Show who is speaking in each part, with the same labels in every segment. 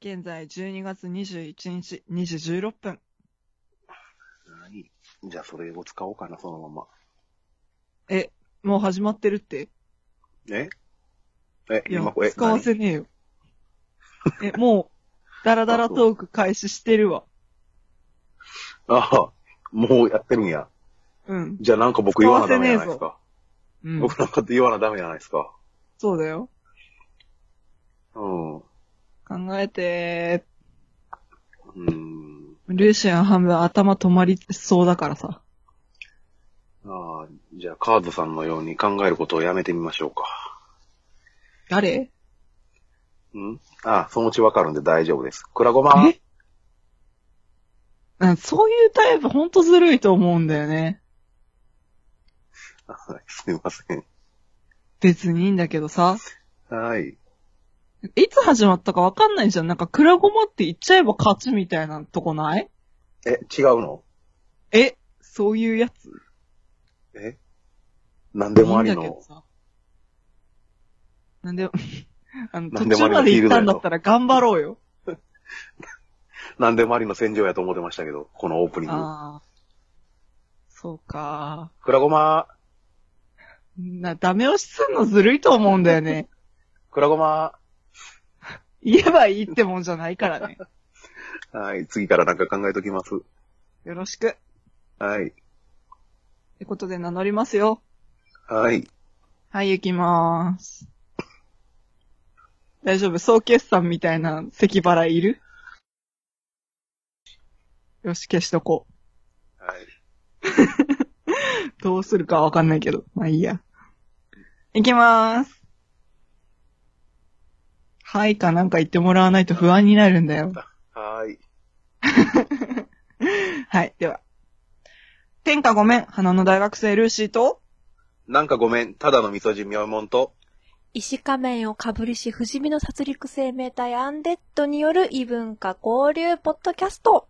Speaker 1: 現在12月21日2時16分。
Speaker 2: はい。じゃあ、それを使おうかな、そのまま。
Speaker 1: え、もう始まってるって
Speaker 2: ええ、
Speaker 1: いや
Speaker 2: 今これ、、
Speaker 1: 使わせねえよ。 え、もう、ダラダラトーク開始してるわ。
Speaker 2: 何ああ、もうやってるんや。
Speaker 1: うん。
Speaker 2: じゃあ、なんか僕言わなダメじゃないです
Speaker 1: 使
Speaker 2: か。
Speaker 1: うん。
Speaker 2: 僕なんか言わなダメじゃないですか。
Speaker 1: そうだよ。
Speaker 2: うん。う
Speaker 1: 考えて
Speaker 2: ーん。
Speaker 1: ー、ルーシアン半分頭止まりそうだからさ。
Speaker 2: ああ、じゃあ、カードさんのように考えることをやめてみましょうか。
Speaker 1: 誰
Speaker 2: うんああ、そのうちわかるんで大丈夫です。クラゴマ
Speaker 1: えなんそういうタイプほんとずるいと思うんだよね。
Speaker 2: はい すみません。
Speaker 1: 別にいいんだけどさ。
Speaker 2: はい。
Speaker 1: いつ始まったかわかんないじゃん。なんか、クラゴマって言っちゃえば勝ちみたいなとこない
Speaker 2: え、違うの
Speaker 1: え、そういうやつ
Speaker 2: え何でもあ
Speaker 1: いい
Speaker 2: り
Speaker 1: んだけ
Speaker 2: の
Speaker 1: ど。さ。なんで、 あの、
Speaker 2: な
Speaker 1: 途
Speaker 2: んでも
Speaker 1: 中
Speaker 2: ありの
Speaker 1: まで行ったんだったら頑張ろうよ。
Speaker 2: 何でもありの戦場やと思ってましたけど、このオープニング。
Speaker 1: ああ。そうか。
Speaker 2: クラゴマ
Speaker 1: な、ダメ押しすんのずるいと思うんだよね。
Speaker 2: クラゴマ
Speaker 1: 言えばいいってもんじゃないからね。
Speaker 2: はい、次からなんか考えときます。
Speaker 1: よろしく。
Speaker 2: はい、
Speaker 1: ってことで名乗りますよ。
Speaker 2: はい。
Speaker 1: はい、行きまーす。大丈夫総決算みたいな咳払いいるよし、消しとこ
Speaker 2: はい。
Speaker 1: う。どうするかわかんないけど。まあいいや。行きまーす。はいかなんか言ってもらわないと不安になるんだよ。
Speaker 2: はい。
Speaker 1: はい、では。天下ごめん、花の大学生ルーシーと、
Speaker 2: なんかごめん、ただの味噌汁妙もんと、
Speaker 3: 石仮面をかぶりし、不死身の殺戮生命体アンデッドによる異文化交流ポッドキャスト。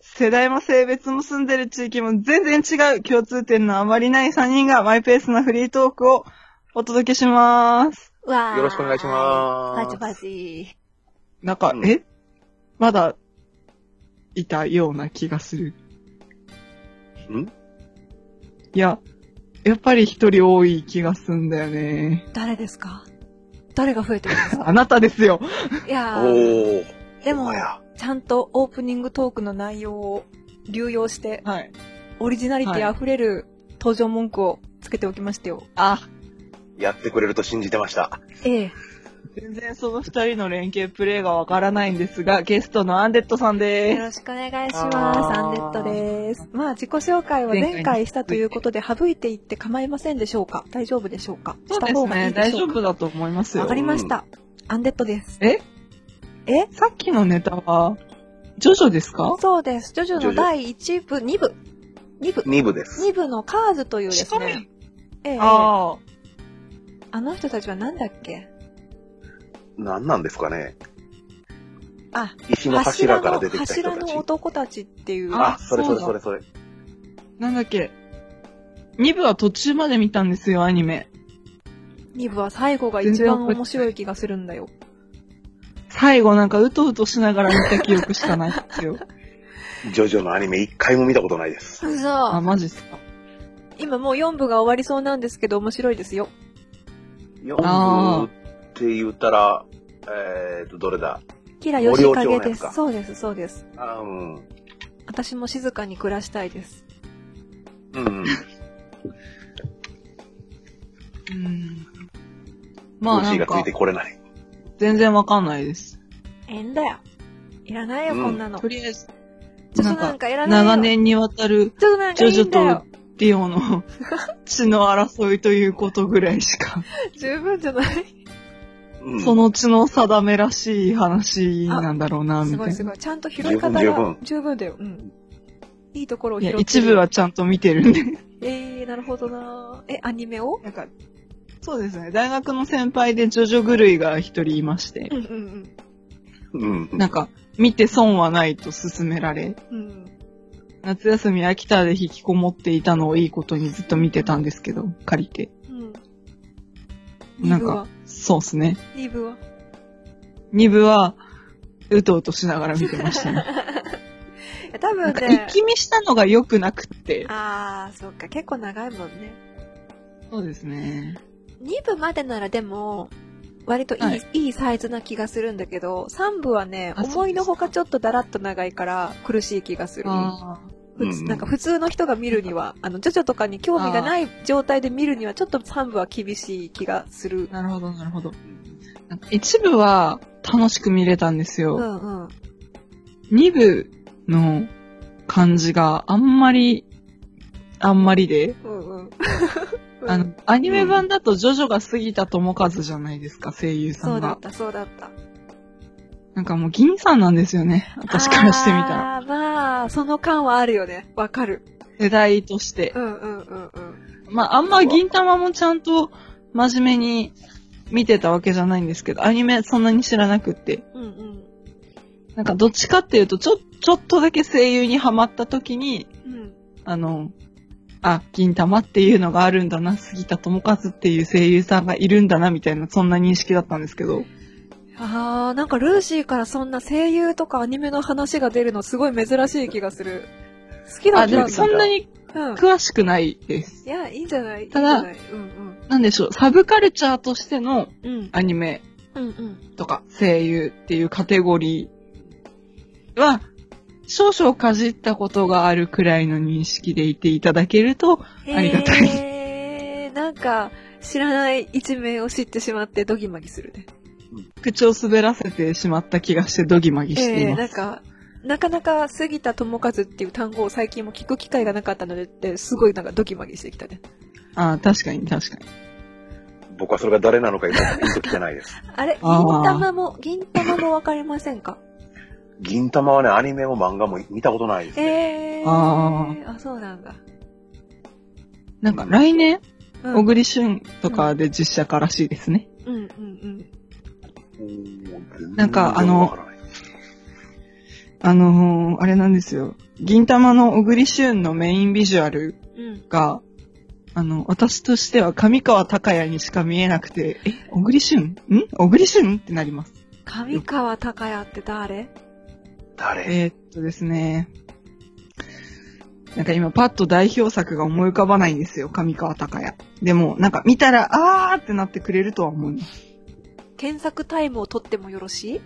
Speaker 1: 世代も性別も住んでる地域も全然違う共通点のあまりない3人がマイペースなフリートークをお届けします。
Speaker 3: うわー
Speaker 2: よろしくお願いします
Speaker 3: パチパチ。
Speaker 1: なんか、
Speaker 2: うん
Speaker 1: えまだ、いたような気がする。
Speaker 2: ん
Speaker 1: いや、やっぱり一人多い気がすんだよね。
Speaker 3: 誰ですか誰が増えてるんですか
Speaker 1: あなたですよ。
Speaker 3: いや ー、
Speaker 2: おー。
Speaker 3: でも
Speaker 2: ほんまや
Speaker 3: ちゃんとオープニングトークの内容を流用して、
Speaker 1: はい。
Speaker 3: オリジナリティ溢れる登場文句をつけておきましたよ。
Speaker 1: あ、
Speaker 2: やってくれると信じてました。
Speaker 3: ええ。
Speaker 1: 全然その二人の連携プレーがわからないんですが、ゲストのアンデッドさん
Speaker 3: よ
Speaker 1: で
Speaker 3: ろ
Speaker 1: す。
Speaker 3: しくお願いし
Speaker 2: あ
Speaker 3: ます。
Speaker 2: ー
Speaker 3: アンデッドです。まあ、自己紹介は前回したということで、省いていって構いませんでしょうか大丈夫でしょうか
Speaker 1: そう
Speaker 3: した
Speaker 1: です
Speaker 3: 方がい
Speaker 1: ね。
Speaker 3: いで
Speaker 1: 大
Speaker 3: し
Speaker 1: 丈
Speaker 3: ょう
Speaker 1: 夫だと思います
Speaker 3: かわ
Speaker 1: よ
Speaker 3: か。りました。アンデッドです。
Speaker 1: え
Speaker 3: え
Speaker 1: さっきのネタは、ジョジョですか
Speaker 3: そうです。ジョジョ
Speaker 2: ジョ
Speaker 3: の
Speaker 2: ジョ
Speaker 3: 第1部、2部。2部。
Speaker 2: 2部です。
Speaker 3: 2部のカーズというですね。ええあ
Speaker 1: ああ、
Speaker 3: の人たちはなんだっけ
Speaker 2: 何なんですかね
Speaker 3: あ、
Speaker 2: 石の柱から
Speaker 3: の
Speaker 2: 出てきた人
Speaker 3: 柱
Speaker 2: たち
Speaker 3: の。男たちっていう。
Speaker 1: あ
Speaker 2: あ、それそれそれそれ。
Speaker 1: なんだっけ。2部は途中まで見たんですよ、アニメ。
Speaker 3: 2部は最後が一番面白い気がするんだよ。
Speaker 1: 最後なんかうとうとしながら見た記憶しかないっすよ。
Speaker 2: ジョジョのアニメ一回も見たことないです。
Speaker 3: う
Speaker 1: あ、
Speaker 3: そ。
Speaker 1: マジっすか。
Speaker 3: 今もう4部が終わりそうなんですけど、面白いですよ。
Speaker 1: あー
Speaker 2: 4部って言ったら、えーと、どれだ
Speaker 3: キラヨシカ
Speaker 2: 森
Speaker 3: ゲ
Speaker 2: 尾
Speaker 3: で
Speaker 2: 京
Speaker 3: す。
Speaker 2: 奈
Speaker 3: そうです、そうです。
Speaker 2: あーうん。
Speaker 3: 私も静かに暮らしたいです。
Speaker 2: うん。
Speaker 1: うん。まあ
Speaker 2: ま
Speaker 1: な
Speaker 2: あ、
Speaker 1: ん
Speaker 2: がつ
Speaker 1: か
Speaker 2: いて、これない。
Speaker 1: 全然わかんないです。
Speaker 3: ええんだよ。いらないよ、
Speaker 2: うん
Speaker 3: こんなの。ち
Speaker 1: と
Speaker 3: ょっ
Speaker 1: りあえず、
Speaker 3: と
Speaker 1: な
Speaker 3: なん
Speaker 1: んか、
Speaker 3: かいらないよ。
Speaker 1: 長。年にわたる
Speaker 3: ちょっとなんかいいんだよ。
Speaker 1: ディオ の血の争いということぐらいしか、
Speaker 3: 十分じゃない
Speaker 2: うん。
Speaker 1: その血の定めらしい話なんだろうな、み
Speaker 3: す
Speaker 1: た
Speaker 3: ご
Speaker 1: い
Speaker 3: い
Speaker 1: な
Speaker 3: す。ごい。ちゃんと拾い方が
Speaker 2: 十分
Speaker 3: 十分だよ。うん。いいところを
Speaker 1: い
Speaker 3: 拾って
Speaker 1: や、
Speaker 3: る。
Speaker 1: 一部はちゃんと見てるんで。
Speaker 3: えー、なるほどなえ、アニメを
Speaker 1: なんか、そうですね。大学の先輩でジョジョ狂いが一人いまして
Speaker 3: う、んうん
Speaker 2: うん。
Speaker 1: なんか、見て損はないと勧められ、
Speaker 3: うん。うん。
Speaker 1: 夏休み秋田で引きこもっていたのをいいことにずっと見てたんですけど、借りて。
Speaker 3: うん。
Speaker 1: なん
Speaker 3: 二部は
Speaker 1: か、そうっすね。
Speaker 3: 二部は
Speaker 1: 2部は、うとうとしながら見てました ね。
Speaker 3: いや多
Speaker 1: な
Speaker 3: 分
Speaker 1: んか
Speaker 3: ね
Speaker 1: 一、気見したのが良くなくって。
Speaker 3: ああ、そっか、結構長いもんね。
Speaker 1: そうですね。
Speaker 3: 2部までならでも、割といい、
Speaker 1: はい
Speaker 3: い、いサイズな気がするんだけど、3部はね、
Speaker 1: あ
Speaker 3: 思いのほかちょっとだらっと長いから苦しい気がする。
Speaker 1: あ
Speaker 3: ふ
Speaker 2: う
Speaker 3: つ
Speaker 2: んうん
Speaker 3: なんか普通の人が見る には、あの、ジョジョとかに興味がない状態で見るには、ちょっと3部は厳しい気がする
Speaker 1: あ、。なるほど、なるほど。
Speaker 2: うん
Speaker 1: なんか一部は楽しく見れたんです
Speaker 3: う
Speaker 1: よ。
Speaker 3: んうん。
Speaker 1: 二部の感じがあんまり、あんまりで、
Speaker 3: うんうん。
Speaker 1: あの、アニメ版だとジョジョが杉田智和じゃないですか、声優さ
Speaker 3: そうんだっ
Speaker 1: が。
Speaker 3: た、そうだった。
Speaker 1: なんかもう銀さんなんですよね、私からしてみたら。
Speaker 3: あーまあ、その感はあるよね。わかる。
Speaker 1: 世代として
Speaker 3: う。んうんうんうん。
Speaker 1: まあ、あんま銀玉もちゃんと真面目に見てたわけじゃないんですけど、アニメそんなに知らなくって。
Speaker 3: うんうん。
Speaker 1: なんかどっちかっていうと、ちょ、ちょっとだけ声優にハマった時に、
Speaker 3: うん。
Speaker 1: あの、あ、銀玉っていうのがあるんだな、杉田智和っていう声優さんがいるんだな、みたいな、そんな認識だったんですけど。
Speaker 3: ああ、なんかルーシーからそんな声優とかアニメの話が出るのすごい珍しい気がする。好きだ
Speaker 1: あ、
Speaker 3: っ
Speaker 1: で
Speaker 3: たん
Speaker 1: も
Speaker 3: だ。
Speaker 1: そんなに
Speaker 3: うん。
Speaker 1: 詳しくないです。
Speaker 3: いや、いいんじゃないいいんじ
Speaker 1: た
Speaker 3: ゃ
Speaker 1: だ
Speaker 3: ないうん
Speaker 1: なんでしょう、サブカルチャーとしての
Speaker 3: うん。うん。
Speaker 1: アニメ
Speaker 3: うんうん。
Speaker 1: とか声優っていうカテゴリーは、少々かじったことがあるくらいの認識でいていただけると、ありがたい
Speaker 3: へーなんか、知らない一面を知ってしまってドギマギするね。
Speaker 1: 口を滑らせてしまった気がしてドギマギしてい
Speaker 3: え
Speaker 1: ま
Speaker 3: ー
Speaker 1: す。
Speaker 3: なんか、なかなか杉田智和っていう単語を最近も聞く機会がなかったのでって、すごいなんかドギマギしてきたね。
Speaker 1: あー確かに確かに。
Speaker 2: 僕はそれが誰なのか今ピンと来てない です。
Speaker 3: あれ銀
Speaker 1: あー
Speaker 3: 玉も、銀玉もわかりませんか
Speaker 2: 銀玉はね、アニメも漫画も見たことないですね。
Speaker 3: えー、
Speaker 1: あ
Speaker 3: あ、そうなんだ。
Speaker 1: なんか来年、
Speaker 3: うん
Speaker 1: 小栗旬とかで実写化らしいですね。
Speaker 3: うんうんうん。
Speaker 2: おー
Speaker 1: なんかあ、
Speaker 2: 全然わ
Speaker 1: の
Speaker 2: らない
Speaker 1: あのー、あれなんですよ。銀玉の小栗旬のメインビジュアル
Speaker 3: うん。
Speaker 1: が、あの、私としては上川隆也にしか見えなくて、え、小栗旬ん小栗旬ってなります。
Speaker 3: 上川隆也って誰
Speaker 2: 誰
Speaker 1: えーっとですね。なんか今パッと代表作が思い浮かばないんですよ、上川隆也。でも、なんか見たら、あーってなってくれるとは思います。
Speaker 3: 検索タイムを取ってもよろしい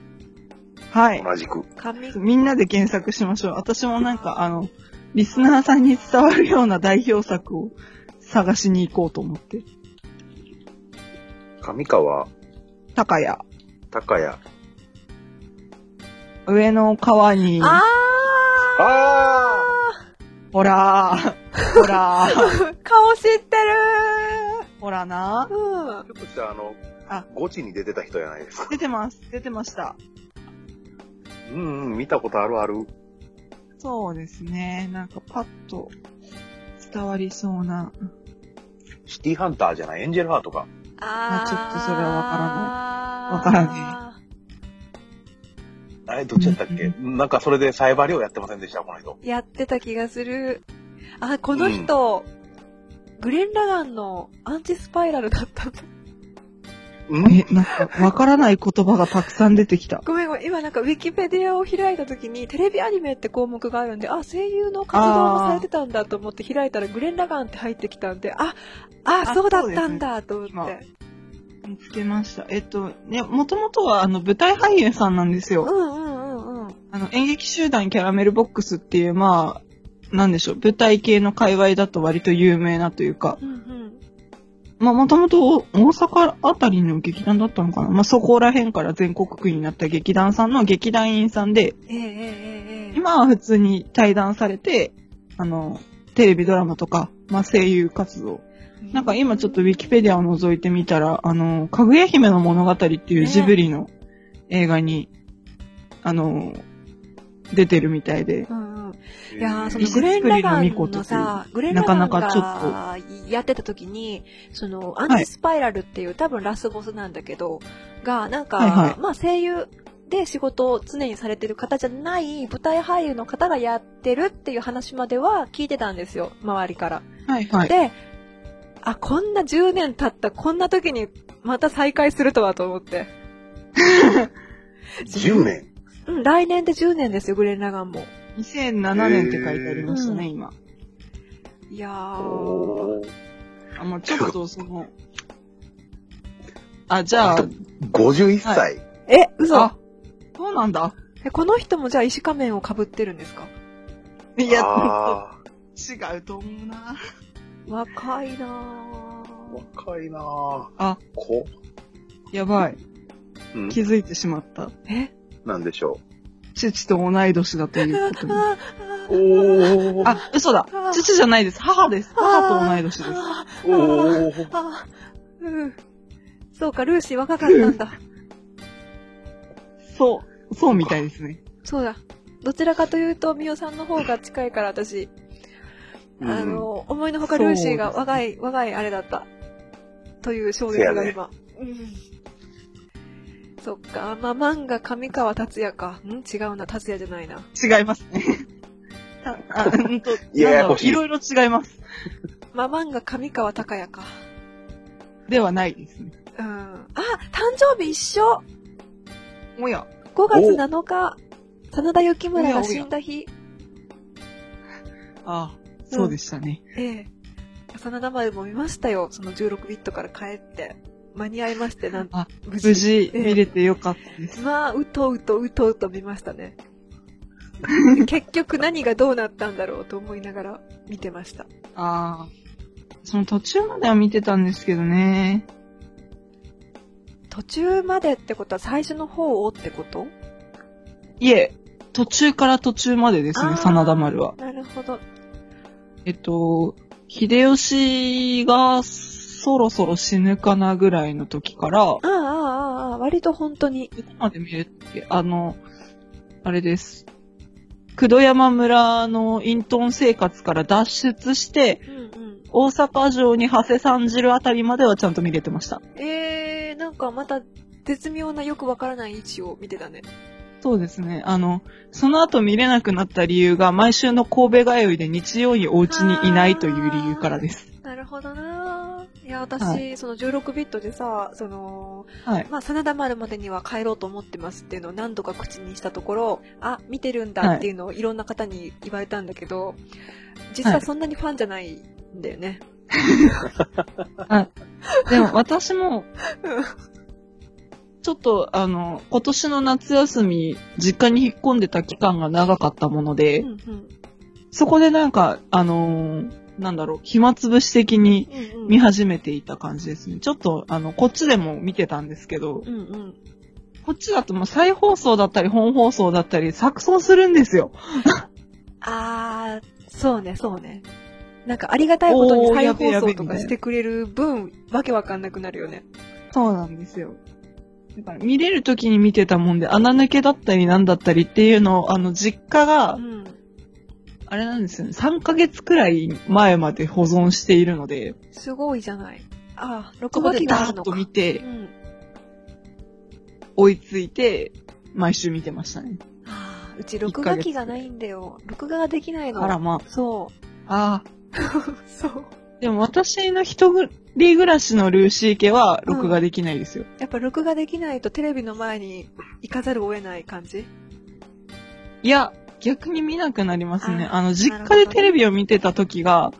Speaker 1: はい。
Speaker 2: 同じく。
Speaker 3: 上
Speaker 1: みんなで検索しましょう。私もなんか、あの、リスナーさんに伝わるような代表作を探しに行こうと思って。
Speaker 2: 上川
Speaker 1: 高谷。
Speaker 2: 高谷。
Speaker 1: 上の川に、
Speaker 3: あ
Speaker 2: あ
Speaker 1: ほらー、ほらー、
Speaker 3: ー顔知ってる
Speaker 1: ほらな
Speaker 3: ーうん
Speaker 2: ー。ちょっとしたあの
Speaker 1: あ、
Speaker 2: ゴチに出てた人じゃないですか。
Speaker 1: 出てます、出てました。
Speaker 2: うんうん、見たことあるある。
Speaker 1: そうですね。なんかパッと伝わりそうな。
Speaker 2: シティハンターじゃない、エンジェルハートか。
Speaker 3: あー
Speaker 1: ちょっとそれはわ
Speaker 3: わ
Speaker 1: からない
Speaker 3: らな
Speaker 2: あれ、どっちだったっけ
Speaker 1: う
Speaker 2: なんかそれでサイバーリをやってませんでした、この人。
Speaker 3: い。やってた気がする。あ、この人、グレン・ラガンのアンチスパイラルだったん だ。
Speaker 2: うん
Speaker 1: え、なんか、わからない言葉がたくさん出てきた。
Speaker 3: ごめんごめん、今なんかウィキペディアを開いた時にテレビアニメって項目があるんで、あ、声優の活動もされてたんだと思って開いたらグレン・ラガンって入ってきたんで、あ、あ、
Speaker 1: あ
Speaker 3: そうだったんだと思
Speaker 1: そう
Speaker 3: っ
Speaker 1: で
Speaker 3: て。
Speaker 1: 見つけました。えっと、ね、もともとは、あの、舞台俳優さんなんですよ。
Speaker 3: うんうんうんうん。
Speaker 1: あの、演劇集団キャラメルボックスっていう、まあ、なんでしょう、舞台系の界隈だと割と有名なというか、
Speaker 3: うんうん。
Speaker 1: まあ、もともと大阪あたりの劇団だったのかな。まあ、そこら辺から全国区になった劇団さんの劇団員さんで、
Speaker 3: ええええええ。
Speaker 1: 今は普通に対談されて、あの、テレビドラマとか、まあ、声優活動。なんか今ちょっとウィキペディアを覗いてみたら、あの、かぐや姫の物語っていうジブリの映画に、あの、出てるみたいで、
Speaker 3: うんうん、いやーそ
Speaker 1: の
Speaker 3: のグレン・ラガン
Speaker 1: 石造りの巫女
Speaker 3: の
Speaker 1: とい
Speaker 3: さ、グレン・ラ
Speaker 1: な
Speaker 3: ガ
Speaker 1: か
Speaker 3: ン
Speaker 1: なかちょっと
Speaker 3: がやってた時に、その、アンチスパイラルっていう、多分ラスボスなんだけど、が、なんか、
Speaker 1: はいはい
Speaker 3: まあ声優で仕事を常にされてる方じゃない舞台俳優の方がやってるっていう話までは聞いてたんですよ、周りから。
Speaker 1: はいはい。
Speaker 3: で、あ、こんな10年経ったこんな時 にまた再会するとはと思って。
Speaker 2: 10年。
Speaker 3: うん、うん、来年で10年ですよ、グレン・ラガンも。
Speaker 1: 2007年って書いてありましたね、
Speaker 3: へー
Speaker 1: 今。
Speaker 3: いやー。
Speaker 2: おー
Speaker 1: あ、まあちょっとその、あ、じゃあ、
Speaker 2: 51歳、
Speaker 1: は
Speaker 3: え、嘘
Speaker 1: あ、そうなんだ。
Speaker 3: え、この人もじゃあ石仮面を被ってるんですか
Speaker 1: いや、
Speaker 2: あ
Speaker 1: 違うと思うな。
Speaker 3: 若いなぁ。
Speaker 2: ー若いなぁ。
Speaker 1: あ、
Speaker 2: こ
Speaker 1: やばい。
Speaker 2: うん
Speaker 1: 気づいてしまった。
Speaker 3: え
Speaker 2: なんでしょ
Speaker 1: 父と同い年だという ことに。
Speaker 3: あ
Speaker 2: う。おー。
Speaker 1: あ、嘘だ。父じゃないです。母です。母と同い年です。
Speaker 3: あ
Speaker 2: おー。
Speaker 3: あうん。そうか、ルーシー若かった んだ。
Speaker 1: そう。そうみたいですね。
Speaker 3: そうだ。どちらかというと、ミオさんの方が近いから、私。
Speaker 2: うん
Speaker 3: あの、思いのほかルーシーが若い、若いあれだった。という衝撃が今。うん。そっか、まあ、漫画、上川達也か。ん違うな、達也じゃないな。
Speaker 1: 違いますね。 たあ、う
Speaker 2: いや
Speaker 1: ん と、なんだろう
Speaker 2: ややこしい
Speaker 1: いろいろ違います。
Speaker 3: まあ、漫画、上川隆也か。
Speaker 1: ではないですね。
Speaker 3: うん。あ、誕生日一緒
Speaker 1: おや、
Speaker 3: !5 月7日、真田幸村が死んだ日。
Speaker 1: あそうでしたね。
Speaker 3: ええ。真田丸も見ましたよ。その16ビットから帰って。間に合いまして、なん
Speaker 1: あ
Speaker 3: 無
Speaker 1: 無事見れてよかったです。
Speaker 3: まあ、うとうとうとうと見ました ね。結局何がどうなったんだろうと思いながら見てました。
Speaker 1: ああ。その途中までは見てたんですけどね。
Speaker 3: 途中までってことは最初の方をってこと
Speaker 1: いえ、途中から途中までです
Speaker 3: あ
Speaker 1: ね、
Speaker 3: ー
Speaker 1: 真田丸は。
Speaker 3: なるほど。
Speaker 1: えっと、秀吉がそろそろ死ぬかなぐらいの時から、どこ
Speaker 3: ああ、ああ、ああ、割と本当に。
Speaker 1: まで見れて、あの、あれです。九度山村の隠遁生活から脱出して、
Speaker 3: うんうん。
Speaker 1: 大阪城に長谷三汁あたりまではちゃんと見れてました。
Speaker 3: えー、なんかまた絶妙なよくわからない位置を見てたね。
Speaker 1: そうですね。あの、その後見れなくなった理由が、毎週の神戸通いで日曜にお家にいないという理由からです。
Speaker 3: なるほどなぁいや、私、
Speaker 1: は
Speaker 3: その16ビットでさ、その、
Speaker 1: はい。
Speaker 3: まあ、真田丸までには帰ろうと思ってますっていうのを何度か口にしたところ、あ、見てるんだっていうのをいろんな方に言われたんだけど、実はそんなにファンじゃないんだよね。
Speaker 1: でも私も
Speaker 3: うん、
Speaker 1: ちょっとあの、今年の夏休み、実家に引っ込んでた期間が長かったもので
Speaker 3: うん、うん
Speaker 1: そこでなんか、あのーなんだろう、暇つぶし的に
Speaker 3: うんう
Speaker 1: 見
Speaker 3: ん。
Speaker 1: 始めていた感じですね。ちょっと、あの、こっちでも見てたんですけど、
Speaker 3: うんうん。
Speaker 1: こっちだともう再放送だったり、本放送だったり、錯綜するんですよ。
Speaker 3: あー、そうね、そうね。なんかありがたいことに
Speaker 1: おー
Speaker 3: 再
Speaker 1: やべえ
Speaker 3: 放
Speaker 1: やべえ
Speaker 3: 送とかしてくれる分、わけわかんなくなるよね。
Speaker 1: そうなんですよ。だから見れる時に見てたもんで、穴抜けだったりなんだったりっていうのを、あの、実家
Speaker 3: う
Speaker 1: が、
Speaker 3: ん。
Speaker 1: あれなんですよね、3ヶ月くらい前まで保存しているので、
Speaker 3: すごいじゃない。あー、
Speaker 1: そ
Speaker 3: 録
Speaker 1: こ
Speaker 3: 画
Speaker 1: で
Speaker 3: 機
Speaker 1: ダ
Speaker 3: があ
Speaker 1: ー
Speaker 3: る
Speaker 1: ッ
Speaker 3: の
Speaker 1: と
Speaker 3: か。
Speaker 1: 見
Speaker 3: う
Speaker 1: て、
Speaker 3: ん。
Speaker 1: 追いついて、毎週見てましたね。
Speaker 3: あー、うち録画機がないんだよ。録画ができない
Speaker 1: あら
Speaker 3: の。
Speaker 1: ま
Speaker 3: そ
Speaker 1: あ、ああ。
Speaker 3: う。そう。
Speaker 1: でも私の一人暮らしのルーシー家は録画できないですよ。
Speaker 3: やっぱ録画できないとテレビの前に行かざるを得ない感じ
Speaker 1: いや、逆に見なくなりますね。
Speaker 3: あ
Speaker 1: あの、実
Speaker 3: なるほ
Speaker 1: 家
Speaker 3: ど
Speaker 1: でテレビを見てた時が、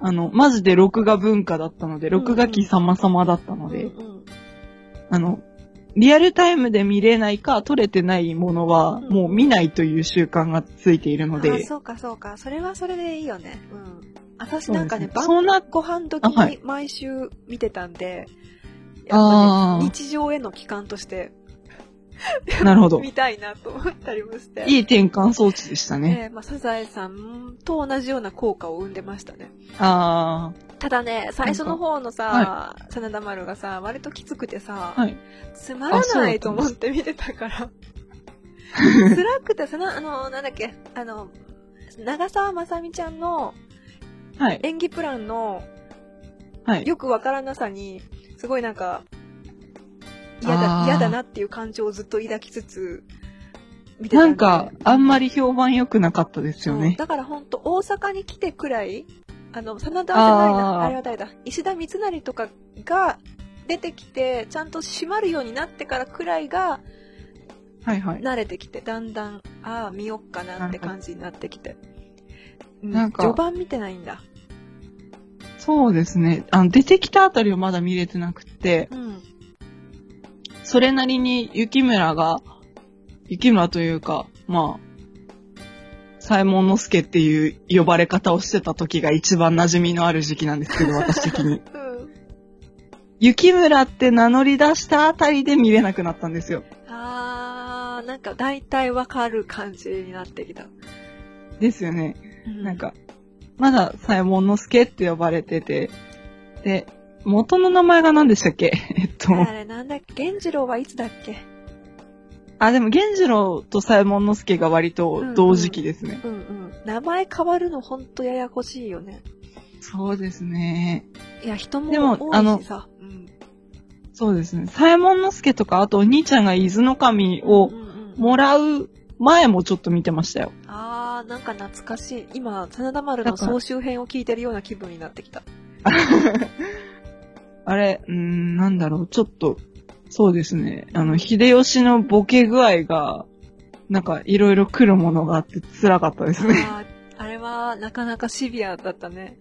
Speaker 1: あの、マジで録画文化だったので、録画機様々だったので、
Speaker 3: うん
Speaker 1: あの、リアルタイムで見れないか、撮れてないものは、
Speaker 3: うん
Speaker 1: もう見ないという習慣がついているので、
Speaker 3: あ、そうかそうか。それはそれでいいよね。うん。私
Speaker 1: そう
Speaker 3: なん
Speaker 1: で
Speaker 3: か
Speaker 1: す
Speaker 3: ね、
Speaker 1: ね。
Speaker 3: 晩
Speaker 1: そうな、
Speaker 3: ご飯時
Speaker 1: あはい
Speaker 3: に毎週見てたんで、やっぱ
Speaker 1: あー
Speaker 3: ね、日常への期間として
Speaker 1: なるほど。
Speaker 3: 見たいなと思ったりもして。
Speaker 1: いい転換装置でしたね。
Speaker 3: ええまあ、サザエさんと同じような効果を生んでましたね。
Speaker 1: あ
Speaker 3: ただね、最初の方のさ、真田丸がさ、割ときつくてさ、
Speaker 1: はい
Speaker 3: つまら
Speaker 1: あそう
Speaker 3: な
Speaker 1: だ
Speaker 3: い
Speaker 1: った
Speaker 3: と
Speaker 1: んで
Speaker 3: 思
Speaker 1: す
Speaker 3: って見てたから。辛くて、その、あの、なんだっけ、あの、長澤まさみちゃんの
Speaker 1: あ、はい、
Speaker 3: 演技プランの
Speaker 1: はい。
Speaker 3: よくわからなさに、すごいなんか、嫌だ
Speaker 1: あ、ー
Speaker 3: 嫌だなっていう感情をずっと抱きつつ、見てた
Speaker 1: なんん
Speaker 3: だよ
Speaker 1: か
Speaker 3: ね、
Speaker 1: あんまり評判良くなかったですよ
Speaker 3: そう
Speaker 1: ね。
Speaker 3: だから本当大阪に来てくらい、あの、真田じゃないな、
Speaker 1: あ
Speaker 3: あ
Speaker 1: ー
Speaker 3: れは誰だ、石田三成とかが出てきて、ちゃんと閉まるようになってからくらいが、
Speaker 1: はいはい。
Speaker 3: 慣れてきて、だんだん、ああ、見よっかなって感じになってきて。うん
Speaker 1: なんか
Speaker 3: 序盤見てないんだ。
Speaker 1: そうですね。あの、出てきたあたりをまだ見れてなくて、
Speaker 3: うん。
Speaker 1: それなりに雪村が、雪村というか、まあ、左衛門之助っていう呼ばれ方をしてた時が一番馴染みのある時期なんですけ ど、私的に。
Speaker 3: うん。
Speaker 1: 雪村って名乗り出したあたりで見れなくなったんですよ。
Speaker 3: あー、なんか大体わかる感じになってきた。
Speaker 1: ですよね。
Speaker 3: う
Speaker 1: なん、か、まだ左衛門之助って呼ばれてて、で、元の名前が何でしたっけ えっと、
Speaker 3: あれなんだっけ源次郎はいつだっけ
Speaker 1: あ、でも源次郎と左衛門之助が割と同時期ですね。
Speaker 3: うんうん。名前変わるのほんとややこしいよね。
Speaker 1: そうですね。
Speaker 3: いや、人も
Speaker 1: でもあ
Speaker 3: 多
Speaker 1: の
Speaker 3: いしさ。うん。
Speaker 1: そうですね。左衛門之助とか、あとお兄ちゃんが伊豆の神を
Speaker 3: うんうん
Speaker 1: もらう前もちょっと見てましたよ。
Speaker 3: あー、なんか懐かしい。今、真田丸の総集編を聞いてるような気分になってきた。
Speaker 1: あれ、うーん、なんだろう、ちょっと、そうですね。あの、秀吉のボケ具合が、なんか、いろいろ来るものがあって辛かったです ね。
Speaker 3: あーあれはなかなかシビアだったね。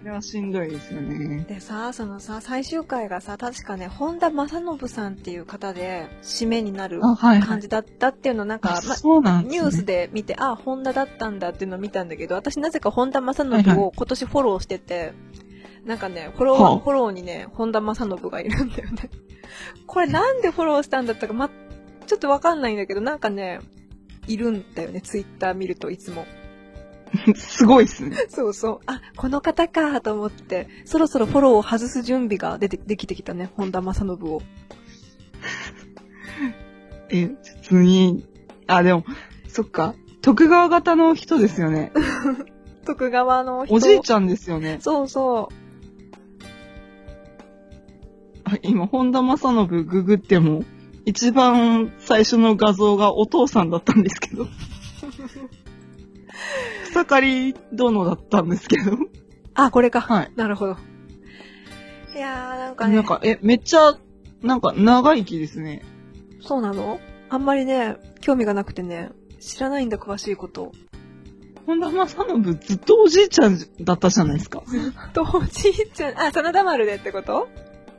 Speaker 1: あれはしんどいですよね。
Speaker 3: でさ、そのさ、最終回がさ、確かね、本田正信さんっていう方で、締めになる
Speaker 1: あ、はい、は
Speaker 3: 感
Speaker 1: い。
Speaker 3: じだったっていうのをなんか
Speaker 1: あ、
Speaker 3: ま
Speaker 1: そうなんです、
Speaker 3: ニ
Speaker 1: ね。
Speaker 3: ュースで見て、あ、ホンダだったんだっていうのを見たんだけど、私なぜかホンダ正信を今年フォローしてて、なんかね、フォロ
Speaker 1: はあ
Speaker 3: ー、フォローにね、ホンダ正信がいるんだよね。 これなんでフォローしたんだったか、ま、ちょっとわかんないんだけど、なんかね、いるんだよね、ツイッター見るといつも。
Speaker 1: すごいですね。
Speaker 3: そうそう。あ、この方かと思って、そろそろフォローを外す準備が出て、できてきたね、本田正信を。
Speaker 1: え、普通に、あ、でも、そっか。徳川型の人ですよ ね。
Speaker 3: 徳川の人。
Speaker 1: おじいちゃんですよね。
Speaker 3: そうそ
Speaker 1: あ今、本田正信ググっても、一番最初の画像がお父さんだったんですけ ど。草刈り殿だったんですけど。
Speaker 3: う。あ、これか。
Speaker 1: はい。
Speaker 3: なるほど。いやー、なんかね。
Speaker 1: なんか、え、めっちゃ、なんか長生きですね。
Speaker 3: そうなのあんまりね、興味がなくてね、知らないんだ、詳しいこと。
Speaker 1: 本田正信ずっとおじいちゃんだったじゃないですか。
Speaker 3: と、おじいちゃん、あ、真田丸でってこと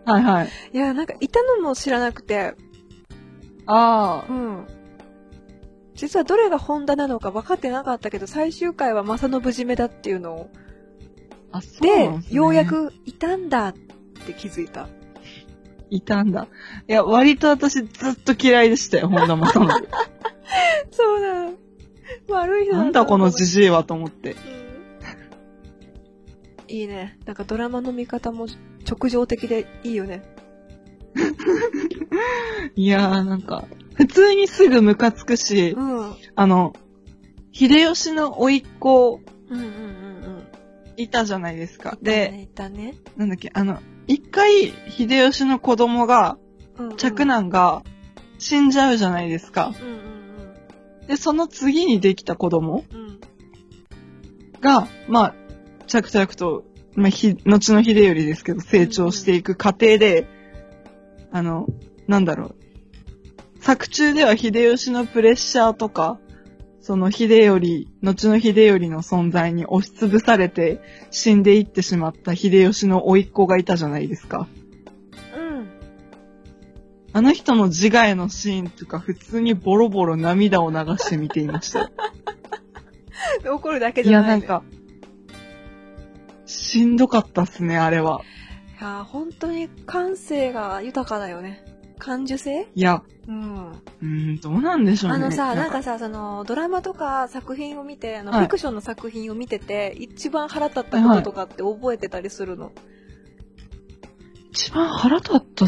Speaker 1: はいはい。
Speaker 3: いや、なんか、いたのも知らなくて、
Speaker 1: あ
Speaker 3: う。ん。実はどれが本田なのか分かってなかったけど、最終回は正信締めだっていうのを、
Speaker 1: あ、そう
Speaker 3: で
Speaker 1: なんすね
Speaker 3: ようや。くいたんだって気づいた。
Speaker 1: いたんだ。いや、割と私ずっと嫌いでしたよ、本田正信。
Speaker 3: そうだ。悪 い人
Speaker 1: なんだこのじじいはと思って。
Speaker 3: うんいいね。なんかドラマの見方も直情的でいいよね。
Speaker 1: いやーなんか、普通にすぐムカつくし、
Speaker 3: うん。うん
Speaker 1: あの、秀吉の甥っ子
Speaker 3: うんうんうん。
Speaker 1: いたじゃないですか。
Speaker 3: いたね
Speaker 1: で、
Speaker 3: いたね。
Speaker 1: なんだっけ、あの、一回、秀吉の子供が、
Speaker 3: うんうん
Speaker 1: 嫡。男が死んじゃうじゃないですか。
Speaker 3: うんうん
Speaker 1: で、その次にできた子供
Speaker 3: うん。うん。
Speaker 1: が、まあ、着々と、まあ、ひ、後の秀頼ですけど、成長していく過程で、あの、なんだろう。作中では秀吉のプレッシャーとか、その秀頼、後の秀頼の存在に押しつぶされて死んでいってしまった秀吉の甥っ子がいたじゃないですか。
Speaker 3: うん。
Speaker 1: あの人の自害のシーンとか普通にボロボロ涙を流して見ていました。
Speaker 3: 怒るだけ
Speaker 1: い
Speaker 3: じ
Speaker 1: や、
Speaker 3: ゃない。
Speaker 1: なん。か、しんどかったっすね、あれは。
Speaker 3: いやー、本当に感性が豊かだよね。感受性
Speaker 1: いや、
Speaker 3: うん。
Speaker 1: うーん、どうなんでしょうね。
Speaker 3: あのさ、なん
Speaker 1: か、
Speaker 3: かさ、その、ドラマとか作品を見て、あの、
Speaker 1: はい
Speaker 3: フィクションの作品を見てて、一番腹立ったこととかって覚えてたりするの。
Speaker 1: 一番腹立った